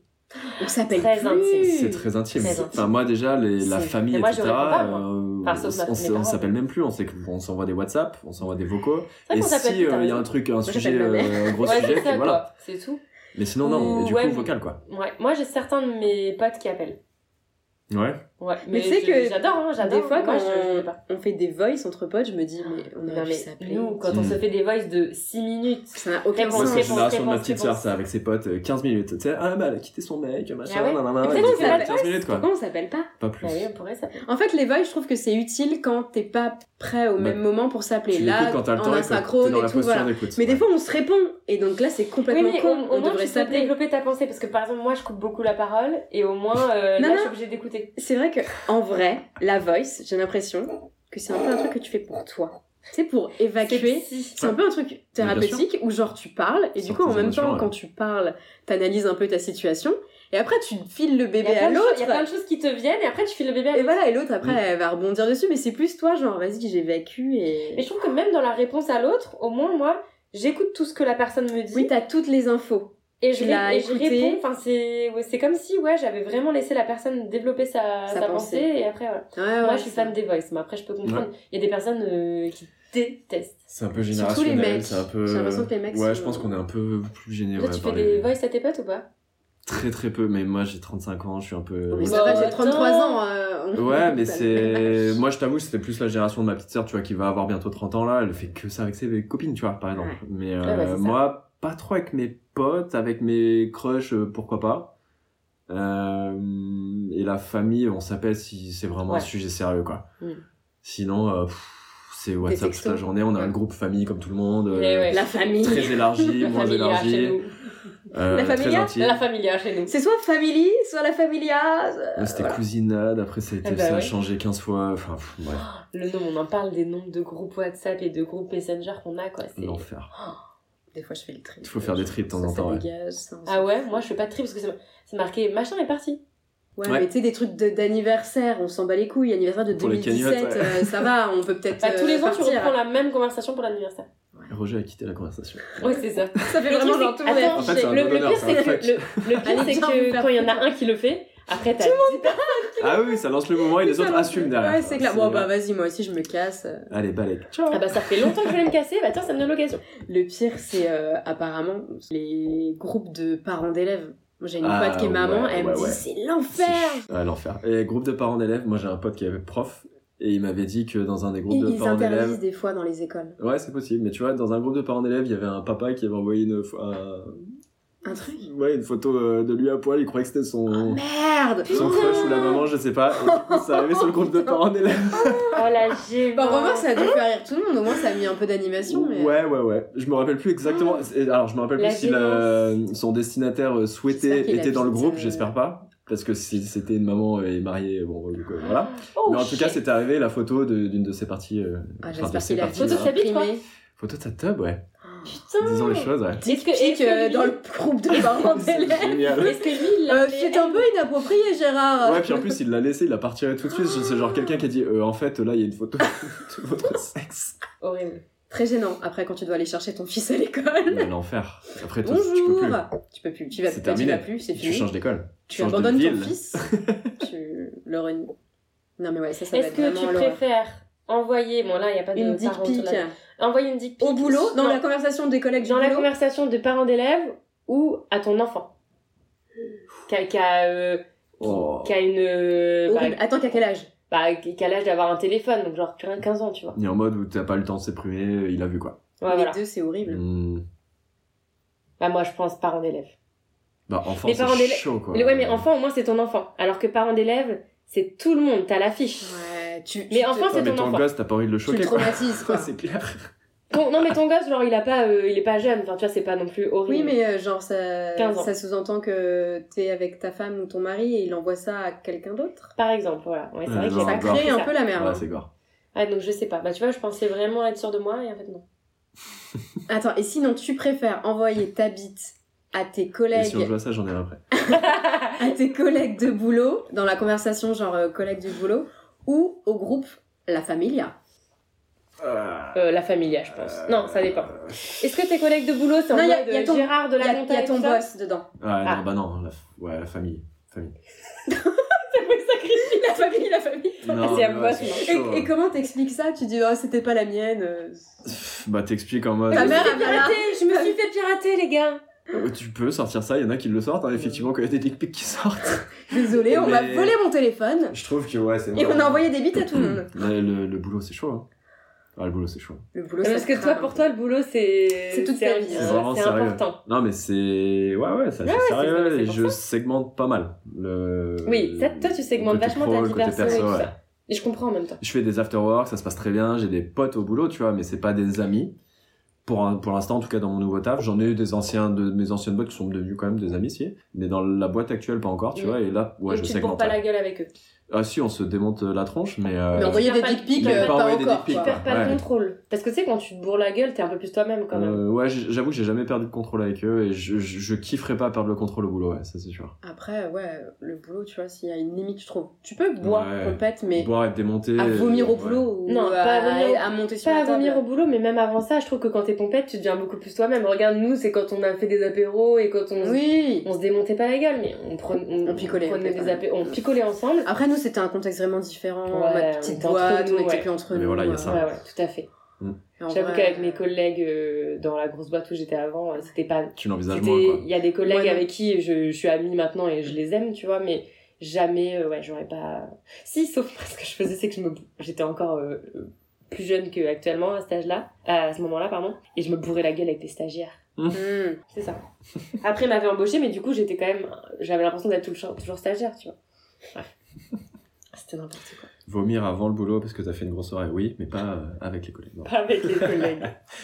Speaker 4: On s'appelle
Speaker 3: Très
Speaker 4: plus.
Speaker 3: intime.
Speaker 2: c'est très intime.
Speaker 3: Très intime.
Speaker 2: Enfin, moi déjà, les, la
Speaker 4: C'est-
Speaker 2: famille,
Speaker 3: Mais moi, je
Speaker 2: etc.
Speaker 3: réponds pas, moi.
Speaker 2: euh,
Speaker 3: Enfin, sauf ma-
Speaker 2: on
Speaker 3: mes
Speaker 2: s- on
Speaker 3: parents.
Speaker 2: s'appelle même plus. On sait qu'on s'envoie des WhatsApp, on s'envoie des vocaux.
Speaker 3: C'est vrai
Speaker 2: Et
Speaker 3: qu'on s'appelle
Speaker 2: si
Speaker 3: plus,
Speaker 2: il
Speaker 3: t'as
Speaker 2: y a
Speaker 3: raison.
Speaker 2: un truc, un
Speaker 4: j'appelle
Speaker 2: sujet,
Speaker 4: ma mère.
Speaker 2: euh, un gros
Speaker 3: Ouais,
Speaker 2: sujet,
Speaker 3: c'est ça
Speaker 2: puis voilà.
Speaker 3: quoi, c'est tout.
Speaker 2: Mais sinon, non,
Speaker 3: Ou-
Speaker 2: et du
Speaker 3: ouais,
Speaker 2: coup,
Speaker 3: mais-
Speaker 2: vocal quoi.
Speaker 3: Ouais, moi j'ai certains de mes potes qui appellent.
Speaker 2: Ouais.
Speaker 3: Ouais,
Speaker 4: Mais
Speaker 3: mais,
Speaker 4: tu sais
Speaker 3: je-
Speaker 4: que
Speaker 3: j'adore, hein, j'adore.
Speaker 4: Des fois,
Speaker 3: Moi,
Speaker 4: quand
Speaker 3: je- je, l'ai pas.
Speaker 4: on fait des voice entre potes, je me dis, mais on
Speaker 3: Non,
Speaker 4: aurait pu
Speaker 3: mais
Speaker 4: s'appeler.
Speaker 3: nous, quand on
Speaker 2: Mm.
Speaker 3: se fait des voices de 6 minutes,
Speaker 4: Ça n'a aucun
Speaker 3: Réponse,
Speaker 2: Moi, c'est
Speaker 4: sens.
Speaker 2: la
Speaker 3: réponse,
Speaker 2: génération de ma
Speaker 3: réponse,
Speaker 2: petite sœur,
Speaker 3: réponse.
Speaker 2: ça, avec ses potes, euh, 15 minutes. Tu sais, ah bah, elle a quitté son mec, machin,
Speaker 3: Ah ouais.
Speaker 2: nanana,
Speaker 3: Mais
Speaker 2: et
Speaker 3: peut-être
Speaker 2: tout,
Speaker 3: qu'on s'appelle
Speaker 2: 15 minutes quoi.
Speaker 4: Pourquoi on s'appelle pas
Speaker 2: Pas plus.
Speaker 3: bah oui, on pourrait s'appeler.
Speaker 4: En fait, les voice, je trouve que c'est utile quand t'es pas prêt au
Speaker 2: Bah,
Speaker 4: même moment pour s'appeler.
Speaker 2: Tu
Speaker 4: Là,
Speaker 2: l'écoutes quand t'as le
Speaker 4: en
Speaker 2: temps et que
Speaker 4: asynchrone
Speaker 2: t'es dans
Speaker 4: et
Speaker 2: la
Speaker 4: tout, voilà.
Speaker 2: posture d'écoute.
Speaker 4: Mais des
Speaker 2: Ouais.
Speaker 4: fois, on se répond. Et donc là, c'est
Speaker 3: Oui,
Speaker 4: complètement
Speaker 3: mais au,
Speaker 4: con.
Speaker 3: au
Speaker 4: On
Speaker 3: moins,
Speaker 4: devrait
Speaker 3: tu peux
Speaker 4: s'appeler.
Speaker 3: développer ta pensée. Parce que par exemple, moi, je coupe beaucoup la parole. Et au moins, euh,
Speaker 4: Non,
Speaker 3: là,
Speaker 4: non.
Speaker 3: je suis obligée d'écouter.
Speaker 4: C'est vrai que en vrai, la voice, j'ai l'impression que c'est un peu un truc que tu fais pour toi. C'est pour évacuer.
Speaker 3: Sexy.
Speaker 4: C'est un peu un truc thérapeutique où genre tu parles et du
Speaker 2: Sur
Speaker 4: coup en
Speaker 2: tes
Speaker 4: même
Speaker 2: émotions,
Speaker 4: temps
Speaker 2: ouais.
Speaker 4: quand tu parles, t'analyses un peu ta situation et après tu files le
Speaker 3: Il y,
Speaker 4: bébé
Speaker 3: a
Speaker 4: à
Speaker 3: plein de choses- il y a plein
Speaker 4: l'autre.
Speaker 3: de choses qui te viennent et après tu files le bébé à
Speaker 4: Et
Speaker 3: l'autre.
Speaker 4: voilà et l'autre après
Speaker 2: Mm.
Speaker 4: elle va rebondir dessus mais c'est plus toi genre vas-y j'évacue
Speaker 3: Mais
Speaker 4: et
Speaker 3: je trouve que même dans la réponse à l'autre, au moins moi, j'écoute tout ce que la personne me dit
Speaker 4: oui t'as toutes les infos.
Speaker 3: et
Speaker 4: tu
Speaker 3: je,
Speaker 4: l'as
Speaker 3: ré- et je
Speaker 4: écouté.
Speaker 3: réponds. Enfin, c'est ouais, c'est comme si ouais, j'avais vraiment laissé la personne développer sa,
Speaker 4: Sa
Speaker 3: sa,
Speaker 4: pensée.
Speaker 3: pensée. et après voilà.
Speaker 4: Ouais, ouais,
Speaker 3: moi, je suis
Speaker 4: c'est-
Speaker 3: fan des voice, mais après je peux comprendre. Il y a des personnes euh, qui détestent.
Speaker 2: C'est un peu
Speaker 4: Surtout les
Speaker 2: générationnel,
Speaker 4: mecs.
Speaker 2: c'est un peu.
Speaker 4: J'ai l'impression que les mecs.
Speaker 2: Ouais,
Speaker 4: sont-
Speaker 2: je pense qu'on est un peu plus gêné.
Speaker 3: Toi,
Speaker 2: ouais,
Speaker 3: tu
Speaker 2: par
Speaker 3: fais
Speaker 2: les-
Speaker 3: des voice à tes potes ou pas
Speaker 2: Très très peu, mais moi j'ai 35 ans, je suis un peu.
Speaker 4: Mais
Speaker 3: Bah,
Speaker 4: ça va, j'ai 33
Speaker 3: attends.
Speaker 4: ans. euh, on-
Speaker 2: Ouais, mais
Speaker 4: ça-
Speaker 2: c'est. Moi, je t'avoue, c'était plus la génération de ma petite sœur, tu vois, qui va avoir bientôt 30 ans là. Elle fait que ça avec ses copines, tu vois, par exemple.
Speaker 4: Ouais.
Speaker 2: Mais euh,
Speaker 3: Ouais, bah, c'est ça.
Speaker 2: moi, pas trop avec mes potes, avec mes crushs, euh, pourquoi pas. Euh, et la famille, on s'appelle si c'est vraiment
Speaker 3: Ouais.
Speaker 2: un sujet sérieux, quoi.
Speaker 3: Mm.
Speaker 2: Sinon, euh, pff, c'est WhatsApp toute
Speaker 4: textos.
Speaker 2: la journée. On a
Speaker 4: Ouais.
Speaker 2: un groupe famille comme tout le monde. euh,
Speaker 3: Mais Eh ouais.
Speaker 4: La famille.
Speaker 2: Très élargi,
Speaker 3: La
Speaker 2: moins
Speaker 3: familia chez
Speaker 2: élargi.
Speaker 3: nous.
Speaker 2: euh,
Speaker 4: La
Speaker 2: très
Speaker 4: familia
Speaker 2: intime.
Speaker 3: La familia chez nous.
Speaker 4: C'est soit family, soit la familia. euh,
Speaker 2: C'était
Speaker 4: voilà.
Speaker 2: cousinade, après ça a, été,
Speaker 3: Eh bah
Speaker 2: ça a
Speaker 3: ouais. Oh,
Speaker 2: changé 15 fois. Enfin, pff, bref,
Speaker 3: Le nom, on en parle des nombres de groupes WhatsApp et de groupes Messenger qu'on a quoi. C'est
Speaker 2: l'enfer.
Speaker 4: Des fois, je fais le tri.
Speaker 2: Il faut faire des tri de temps en temps,
Speaker 4: Ça
Speaker 2: ouais.
Speaker 4: dégage, ça, on
Speaker 3: Ah
Speaker 4: s'en
Speaker 3: ouais,
Speaker 4: fout.
Speaker 3: moi je fais pas de tri parce que c'est c'est marqué machin est parti.
Speaker 4: Ouais,
Speaker 2: Ouais.
Speaker 4: mais tu sais, des trucs de- d'anniversaire, on s'en bat les couilles. Anniversaire de
Speaker 2: Pour les
Speaker 4: 2017,
Speaker 2: cagnottes, ouais.
Speaker 4: euh, ça va, on peut peut-être.
Speaker 3: Bah, tous les
Speaker 4: euh,
Speaker 3: ans, tu
Speaker 4: partir.
Speaker 3: reprends la même conversation pour l'anniversaire.
Speaker 2: Roger a quitté la conversation.
Speaker 3: Ouais, c'est ça.
Speaker 4: Ça fait vraiment genre tout le monde est
Speaker 3: Attends,
Speaker 2: En fait, c'est un
Speaker 3: le, le
Speaker 2: bonheur,
Speaker 3: pire,
Speaker 2: c'est
Speaker 3: c'est
Speaker 2: un
Speaker 3: que,
Speaker 2: fuck.
Speaker 3: le, le pire,
Speaker 4: Allez,
Speaker 3: c'est
Speaker 4: viens, on
Speaker 3: que
Speaker 4: va
Speaker 3: quand il y en
Speaker 4: faire
Speaker 3: a un qui le fait, après t'as.
Speaker 2: Ah oui, ça lance le moment et les autres assument derrière.
Speaker 4: Ouais, c'est clair. Bon, bah vas-y, moi aussi, je me casse.
Speaker 2: Allez, balèque.
Speaker 3: Ah bah ça fait longtemps que je voulais me casser, bah tiens, ça me donne l'occasion.
Speaker 4: Le pire, c'est euh, apparemment les groupes de parents d'élèves. Moi, j'ai une
Speaker 2: Ah,
Speaker 4: pote qui est maman,
Speaker 2: ouais,
Speaker 4: elle
Speaker 2: ouais,
Speaker 4: me dit
Speaker 2: ouais.
Speaker 4: c'est
Speaker 2: C'est
Speaker 4: l'enfer.
Speaker 2: ch- Ah, l'enfer. Et groupe de parents d'élèves, moi j'ai un pote qui est prof et il m'avait dit que dans un des groupes
Speaker 4: Ils,
Speaker 2: de
Speaker 4: ils
Speaker 2: parents
Speaker 4: interdisent
Speaker 2: d'élèves.
Speaker 4: des fois dans les écoles.
Speaker 2: Ouais, c'est possible, mais tu vois, dans un groupe de parents d'élèves, il y avait un papa qui avait envoyé une, fo- un-
Speaker 4: Un truc.
Speaker 2: ouais, une photo euh, de lui à poil, il croyait que c'était son.
Speaker 4: Ah, Merde. Oh.
Speaker 2: son crush ou la maman, je sais pas. Et du coup, ça arrivait sur le groupe de parents d'élèves.
Speaker 3: Oh la gêne.
Speaker 4: Bah, remarque, ça a
Speaker 3: hein
Speaker 4: dû faire rire tout le monde. Au moins, ça a mis un peu d'animation. Mais... euh, Ah.
Speaker 2: Ouais, ouais, ouais. Je me rappelle plus exactement. c'est- Alors, je me rappelle
Speaker 3: La
Speaker 2: plus si la- son destinataire euh,
Speaker 4: J'espère
Speaker 2: souhaité
Speaker 4: qu'il a
Speaker 2: était dans le
Speaker 4: juste,
Speaker 2: groupe,
Speaker 4: euh,
Speaker 2: j'espère pas. Parce que si c'était une maman et mariée, bon, euh, quoi, voilà.
Speaker 3: Oh,
Speaker 2: Mais en tout cas,
Speaker 3: shit.
Speaker 2: c'était arrivé la photo de- d'une de, ses parties. euh,
Speaker 4: Ah,
Speaker 2: enfin,
Speaker 4: J'espère
Speaker 2: de ses
Speaker 4: qu'il a Oh.
Speaker 2: parties,
Speaker 3: Photo de
Speaker 2: voilà.
Speaker 3: sa bite, quoi.
Speaker 4: imprimé.
Speaker 2: Photo de sa teub, ouais.
Speaker 3: Putain.
Speaker 2: Disons les choses, ouais.
Speaker 3: Est-ce que,
Speaker 4: Pique,
Speaker 3: est-ce
Speaker 4: euh,
Speaker 3: que
Speaker 4: dans
Speaker 3: lui-
Speaker 4: le groupe de parents
Speaker 2: C'est
Speaker 4: d'élèves.
Speaker 2: génial.
Speaker 3: est-ce que lui, il
Speaker 4: Euh,
Speaker 3: l'appelait
Speaker 4: C'est
Speaker 3: elle
Speaker 4: un peu inapproprié, Gérard.
Speaker 2: Ouais, puis en plus, il l'a laissé, il l'a parti tout de suite. C'est genre quelqu'un qui a dit euh, En fait, là, il y a une photo de votre sexe.
Speaker 3: Horrible.
Speaker 4: Très gênant. Après, quand tu dois aller chercher ton fils à l'école.
Speaker 2: Mais l'enfer. Après tout,
Speaker 4: Bonjour.
Speaker 2: tu peux plus.
Speaker 4: Tu peux plus. Tu vas
Speaker 2: C'est
Speaker 4: plus. Tu
Speaker 2: terminé.
Speaker 4: vas plus. C'est
Speaker 2: Tu
Speaker 4: fini.
Speaker 2: changes d'école.
Speaker 4: tu
Speaker 2: changes de
Speaker 4: abandonnes ton
Speaker 2: ville.
Speaker 4: fils, tu le renie. Non mais ouais, ça, ça va
Speaker 3: Est-ce
Speaker 4: être
Speaker 3: que tu
Speaker 4: vraiment l'horreur.
Speaker 3: préfères envoyer, bon là, il y a pas de
Speaker 4: une dick
Speaker 3: parents autour
Speaker 4: pic
Speaker 3: de la- Envoyer une dick pic
Speaker 4: au boulot, dans
Speaker 3: Non,
Speaker 4: la conversation des collègues du
Speaker 3: dans la
Speaker 4: boulot
Speaker 3: conversation de parents d'élèves ou à ton enfant qui a, qui a, euh,
Speaker 2: Oh.
Speaker 3: qui a une euh, bah,
Speaker 4: Horrible. Attends, qu'à quel âge
Speaker 3: bah, qui qui a l'âge d'avoir un téléphone donc genre plus rien de 15 ans tu vois
Speaker 2: Il est en mode où t'as pas le temps de s'éprimer, euh, il a vu quoi.
Speaker 3: ouais,
Speaker 4: Les
Speaker 3: voilà.
Speaker 4: deux, c'est horrible.
Speaker 2: Hmm.
Speaker 3: bah moi je pense parents d'élèves
Speaker 2: Bah, enfant,
Speaker 3: Les parents
Speaker 2: c'est
Speaker 3: d'élèves-
Speaker 2: chaud, quoi.
Speaker 3: mais ouais mais enfant au moins c'est ton enfant alors que parents d'élèves c'est tout le monde t'as l'affiche
Speaker 4: Ouais, tu,
Speaker 3: Mais
Speaker 4: tu
Speaker 3: enfin,
Speaker 4: te-
Speaker 3: c'est
Speaker 2: Ouais, mais
Speaker 3: ton
Speaker 2: ton
Speaker 3: enfant.
Speaker 2: gosse, t'as pas envie de le
Speaker 4: tu le
Speaker 2: choquer, quoi.
Speaker 4: traumatises quoi.
Speaker 2: C'est clair.
Speaker 3: Ton- non mais ton gosse genre il a pas euh, il est pas jeune enfin tu vois c'est pas non plus horrible
Speaker 4: Oui, mais euh, genre ça,
Speaker 3: 15 ans.
Speaker 4: ça sous-entend que t'es avec ta femme ou ton mari et il envoie ça à quelqu'un d'autre.
Speaker 3: par exemple voilà ouais, c'est
Speaker 2: Euh,
Speaker 3: vrai que
Speaker 2: genre,
Speaker 4: Ça
Speaker 3: ça
Speaker 2: bah,
Speaker 4: crée un peu la
Speaker 3: Ah.
Speaker 4: merde.
Speaker 2: Ouais, c'est gore.
Speaker 3: ouais, donc je sais pas bah tu vois je pensais vraiment être sûre de moi et en fait non
Speaker 4: Attends, et sinon tu préfères envoyer ta bite à tes
Speaker 2: Et
Speaker 4: collègues
Speaker 2: si on joue à ça, j'en ai un après.
Speaker 4: à tes collègues de boulot, dans la conversation genre euh, collègues du boulot, ou au groupe La Familia.
Speaker 3: Euh, la familia je pense non ça dépend Est-ce que tes collègues de boulot, c'est en
Speaker 4: Non,
Speaker 3: mode
Speaker 4: y a- y a
Speaker 3: euh,
Speaker 4: ton-
Speaker 3: Gérard de
Speaker 4: Il y
Speaker 3: la
Speaker 4: a, y
Speaker 3: Montagne
Speaker 4: a ton
Speaker 3: tout ça
Speaker 4: boss dedans.
Speaker 2: Ah,
Speaker 3: Ah.
Speaker 2: non, bah non, la, f- ouais, la famille. famille.
Speaker 4: La famille, la famille. Ah,
Speaker 2: Non,
Speaker 3: c'est à
Speaker 2: ouais,
Speaker 3: moi,
Speaker 2: c'est
Speaker 4: Et,
Speaker 2: chaud.
Speaker 4: et comment t'expliques ça Tu dis, oh, c'était pas la mienne. euh.
Speaker 2: Pff, Bah, t'expliques en mode.
Speaker 4: Ta
Speaker 3: Je me
Speaker 4: mère, ah,
Speaker 3: suis
Speaker 4: elle
Speaker 3: fait
Speaker 4: vient
Speaker 3: pirater, je me suis fait pirater, les gars.
Speaker 2: euh, Tu peux sortir ça, il y en a qui le sortent, hein, effectivement, quand il y a des dick pics qui sortent.
Speaker 4: Désolée, on m'a
Speaker 2: Mais-
Speaker 4: volé mon téléphone.
Speaker 2: Je trouve que, ouais, c'est
Speaker 4: Et on a envoyé des bites à tout le monde.
Speaker 2: Ouais, le, le boulot, c'est chaud. Hein. Ah, le boulot, c'est chaud.
Speaker 4: Le boulot,
Speaker 3: Parce
Speaker 4: ça
Speaker 3: que toi,
Speaker 4: craint.
Speaker 3: pour toi, le boulot, c'est.
Speaker 4: C'est toute
Speaker 3: c'est
Speaker 4: ta
Speaker 3: un-
Speaker 4: vie.
Speaker 3: c'est
Speaker 4: C'est
Speaker 2: vraiment sérieux.
Speaker 3: important.
Speaker 2: Non, mais c'est. Ouais, ouais, ça, c'est
Speaker 3: c'est-
Speaker 2: sérieux.
Speaker 3: c'est
Speaker 2: Et
Speaker 3: pour
Speaker 2: je segmente pas mal. Le...
Speaker 3: Oui, ça, toi, tu segmentes
Speaker 2: côté
Speaker 3: vachement
Speaker 2: pro,
Speaker 3: ta
Speaker 2: le
Speaker 3: vie
Speaker 2: côté
Speaker 3: perso et tout ça. Et je comprends en même temps.
Speaker 2: Je fais des afterworks, ça se passe très bien. J'ai des potes au boulot, tu vois, mais c'est pas des amis. Pour, un- pour l'instant, en tout cas, dans mon nouveau taf, j'en ai eu des anciens, de mes anciennes boîtes qui sont devenues quand même des amis, si. Mais dans la boîte actuelle, pas encore, tu
Speaker 3: Mm.
Speaker 2: vois. Et là, ouais, je
Speaker 3: Donc tu te bourres
Speaker 2: segmente.
Speaker 3: pas la gueule avec eux.
Speaker 2: Ah, si, on se démonte la tronche, mais. euh,
Speaker 4: Mais envoyer
Speaker 3: Tu
Speaker 4: des
Speaker 3: vas pas-
Speaker 4: dick pics,
Speaker 3: tu vas
Speaker 4: euh,
Speaker 3: pas
Speaker 4: pas
Speaker 2: envoyer des
Speaker 4: encore.
Speaker 2: dick pics,
Speaker 4: quoi.
Speaker 3: Tu perds pas
Speaker 2: ouais.
Speaker 3: le contrôle. Parce que tu sais, quand tu te bourres la gueule, t'es un peu plus toi-même quand même.
Speaker 2: euh, ouais, j- j'avoue que j'ai jamais perdu le contrôle avec eux et je, je, je kifferais pas perdre le contrôle au boulot, ouais, ça c'est sûr.
Speaker 4: Après, ouais, le boulot, tu vois, s'il y a une limite, je trouve. Tu peux boire,
Speaker 2: Ouais.
Speaker 4: compète, mais
Speaker 2: Boire et démonter.
Speaker 4: à vomir au
Speaker 2: ouais.
Speaker 4: boulot ou
Speaker 3: Non,
Speaker 4: à,
Speaker 3: pas à vomir au-
Speaker 4: à monter sur
Speaker 3: Pas
Speaker 4: la
Speaker 3: à
Speaker 4: table.
Speaker 3: vomir au boulot, mais même avant ça, je trouve que quand t'es pompette, tu deviens beaucoup plus toi-même. Regarde, nous, c'est quand on a fait des apéros et quand on.
Speaker 4: Oui.
Speaker 3: On se démontait pas la gueule, mais on, prenait- on,
Speaker 4: On picolait,
Speaker 3: prenait
Speaker 4: peut-être,
Speaker 3: des apé- on picolait ensemble.
Speaker 4: Après, nous, c'était un contexte vraiment différent.
Speaker 3: Ouais,
Speaker 4: on avait
Speaker 3: on
Speaker 4: une petite
Speaker 3: était entre
Speaker 4: boîte,
Speaker 3: nous,
Speaker 4: on était
Speaker 3: ouais.
Speaker 4: que entre
Speaker 2: Mais
Speaker 4: nous.
Speaker 2: voilà, il y a
Speaker 4: euh,
Speaker 2: ça.
Speaker 3: Ouais, ouais, tout à fait.
Speaker 4: et en
Speaker 3: J'avoue
Speaker 4: vrai,
Speaker 3: qu'avec mes collègues euh, dans la grosse boîte où j'étais avant, euh, c'était pas.
Speaker 2: Tu l'envisages moins,
Speaker 3: c'était-
Speaker 2: quoi.
Speaker 3: Il y a des collègues
Speaker 4: Ouais, non.
Speaker 3: avec qui je, je suis amie maintenant et je les aime, tu vois, mais jamais, euh, ouais, j'aurais pas. Si, sauf que ce que je faisais, c'est que je me... j'étais encore euh, euh, plus jeune qu'actuellement à cet âge-là, à ce moment-là, pardon, et je me bourrais la gueule avec des stagiaires.
Speaker 4: Mmh.
Speaker 3: C'est ça. Après, ils m'avaient embauché, mais du coup, j'étais quand même. J'avais l'impression d'être toujours, toujours stagiaire, tu vois. Bref. C'était n'importe quoi.
Speaker 2: Vomir avant le boulot parce que t'as fait une grosse soirée, oui, mais pas euh, avec les collègues. non.
Speaker 3: Pas avec les collègues.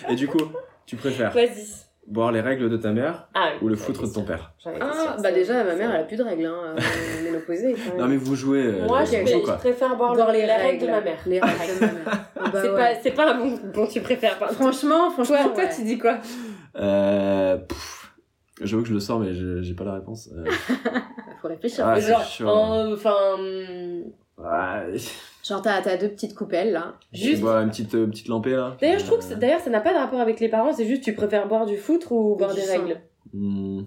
Speaker 2: Et du coup, tu préfères
Speaker 3: Vas-y.
Speaker 2: boire les règles de ta mère
Speaker 3: Ah,
Speaker 2: ou le
Speaker 3: j'avais
Speaker 2: foutre de ton
Speaker 3: question.
Speaker 2: père.
Speaker 3: J'avais
Speaker 4: Ah,
Speaker 3: question,
Speaker 4: bah
Speaker 3: c'est-
Speaker 4: déjà, ma
Speaker 3: c'est-
Speaker 4: mère, elle a plus de règles, hein. Elle est ménopausée, quand même.
Speaker 2: Non mais vous jouez. euh,
Speaker 3: Moi,
Speaker 2: vous
Speaker 3: je,
Speaker 2: jouez,
Speaker 3: je
Speaker 2: quoi.
Speaker 3: préfère boire,
Speaker 4: Voir
Speaker 3: le- les, règles de ma mère.
Speaker 4: Les règles de ma mère. Ah bah
Speaker 3: c'est
Speaker 4: ouais.
Speaker 3: pas, c'est pas un bon, bon tu préfères. Pardon.
Speaker 4: Franchement, franchement.
Speaker 3: Toi, toi,
Speaker 4: ouais.
Speaker 3: tu dis quoi
Speaker 2: Euh, pff, J'avoue que je le sors mais je- j'ai pas la réponse. Euh,
Speaker 4: Faut réfléchir.
Speaker 2: Ah, c'est
Speaker 3: Genre,
Speaker 2: chaud.
Speaker 3: en- enfin, hum,
Speaker 2: ouais.
Speaker 4: Genre, t'as t'as deux petites coupelles, là.
Speaker 2: Tu
Speaker 3: juste.
Speaker 2: bois une petite euh, petite lampée là.
Speaker 3: D'ailleurs, je trouve
Speaker 2: Euh.
Speaker 3: que c'est- d'ailleurs, ça n'a pas de rapport avec les parents. C'est juste, tu préfères boire du foutre ou boire
Speaker 4: Du
Speaker 3: des
Speaker 4: sang.
Speaker 3: règles.
Speaker 2: Hmm.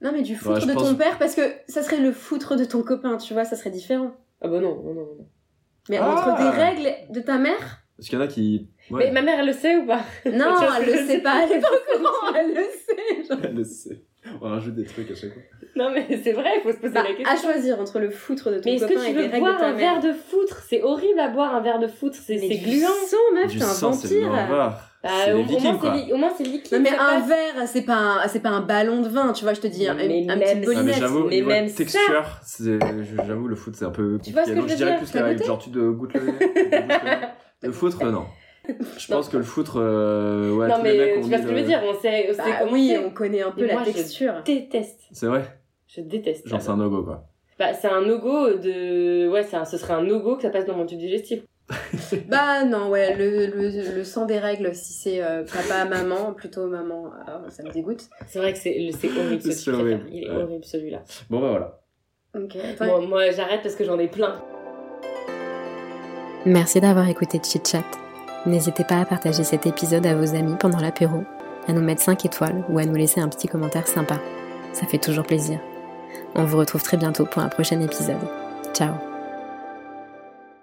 Speaker 4: Non, mais du foutre
Speaker 2: Ouais, Bah, je
Speaker 4: de
Speaker 2: pense-
Speaker 4: ton père, parce que ça serait le foutre de ton copain, tu vois, ça serait différent.
Speaker 3: Ah bah non, non, non. non.
Speaker 4: Mais
Speaker 2: Ah.
Speaker 4: entre des règles de ta mère
Speaker 2: Parce qu'il y en a qui.
Speaker 3: Mais
Speaker 2: Ouais.
Speaker 3: ma mère, elle le sait ou pas
Speaker 4: Non,
Speaker 3: Tu vois ce
Speaker 4: elle
Speaker 3: que
Speaker 4: le
Speaker 3: je
Speaker 4: sait
Speaker 3: veux
Speaker 4: pas, elle est
Speaker 3: dire
Speaker 4: pas au courant, elle le sait. genre.
Speaker 2: Elle le sait. On rajoute des trucs à chaque fois.
Speaker 3: Non, mais c'est vrai, il faut se poser
Speaker 4: Bah,
Speaker 3: la question.
Speaker 4: à choisir entre le foutre de ton
Speaker 3: mais est-ce
Speaker 4: copain
Speaker 3: que tu
Speaker 4: et les
Speaker 3: veux
Speaker 4: règles de
Speaker 3: boire
Speaker 4: ta
Speaker 3: un
Speaker 4: mère.
Speaker 3: verre de foutre C'est horrible à boire un verre de foutre, c'est
Speaker 4: Mais
Speaker 3: c'est
Speaker 4: du
Speaker 3: gluant.
Speaker 4: sang, meuf,
Speaker 2: du
Speaker 4: t'es un
Speaker 2: sang, c'est le
Speaker 4: vampire.
Speaker 2: noir.
Speaker 3: Bah,
Speaker 2: c'est
Speaker 3: au,
Speaker 2: les
Speaker 3: au moins,
Speaker 2: vikings
Speaker 3: c'est
Speaker 2: quoi.
Speaker 3: li- au moins, c'est liquide.
Speaker 4: Non, mais
Speaker 3: ça
Speaker 4: un
Speaker 3: passe.
Speaker 4: verre, c'est pas, un- c'est pas un ballon de vin, tu vois, je te dis, un,
Speaker 3: Mais
Speaker 4: un
Speaker 3: même-
Speaker 4: petit
Speaker 3: Ah,
Speaker 2: Ah, mais
Speaker 3: Polinette,
Speaker 2: j'avoue,
Speaker 3: mais
Speaker 2: niveau
Speaker 3: même ça.
Speaker 2: texture, c'est- j'avoue, le foot c'est un peu compliqué.
Speaker 3: Tu vois ce que
Speaker 2: Donc
Speaker 3: je veux
Speaker 2: dirais
Speaker 3: dire
Speaker 2: plus
Speaker 4: T'as
Speaker 2: la
Speaker 4: goûté
Speaker 2: genre tu de goûtes le nez, tu goûtes le nez. Le foutre, non. Je pense que le foutre, euh, ouais,
Speaker 3: non,
Speaker 2: tous les mecs
Speaker 3: mais
Speaker 2: ont
Speaker 3: tu vois
Speaker 2: mis
Speaker 3: ce que je
Speaker 2: le-
Speaker 3: veux dire On sait, on sait
Speaker 4: Bah
Speaker 3: comment
Speaker 4: oui,
Speaker 3: c'est.
Speaker 4: on connaît un peu
Speaker 3: Mais
Speaker 4: la
Speaker 3: moi, je-
Speaker 4: texture.
Speaker 3: déteste.
Speaker 2: C'est vrai,
Speaker 3: Je déteste.
Speaker 2: genre c'est un no-go quoi.
Speaker 3: Bah, c'est un no-go de. Ouais, c'est un... ce serait un no-go que ça passe dans mon tube digestif.
Speaker 4: Bah non, ouais, le, le, le sang des règles, si c'est euh, papa, maman, plutôt maman, ah, ça me dégoûte.
Speaker 3: C'est vrai que c'est le- c'est horrible ce que
Speaker 2: C'est
Speaker 3: tu préfères.
Speaker 2: horrible,
Speaker 3: Il est
Speaker 2: ouais.
Speaker 3: horrible celui-là.
Speaker 2: Bon bah voilà.
Speaker 4: Ok, toi,
Speaker 3: Moi, moi, j'arrête parce que j'en ai plein.
Speaker 5: Merci d'avoir écouté Chit Chat. N'hésitez pas à partager cet épisode à vos amis pendant l'apéro, à nous mettre 5 étoiles ou à nous laisser un petit commentaire sympa. Ça fait toujours plaisir. On vous retrouve très bientôt pour un prochain épisode. Ciao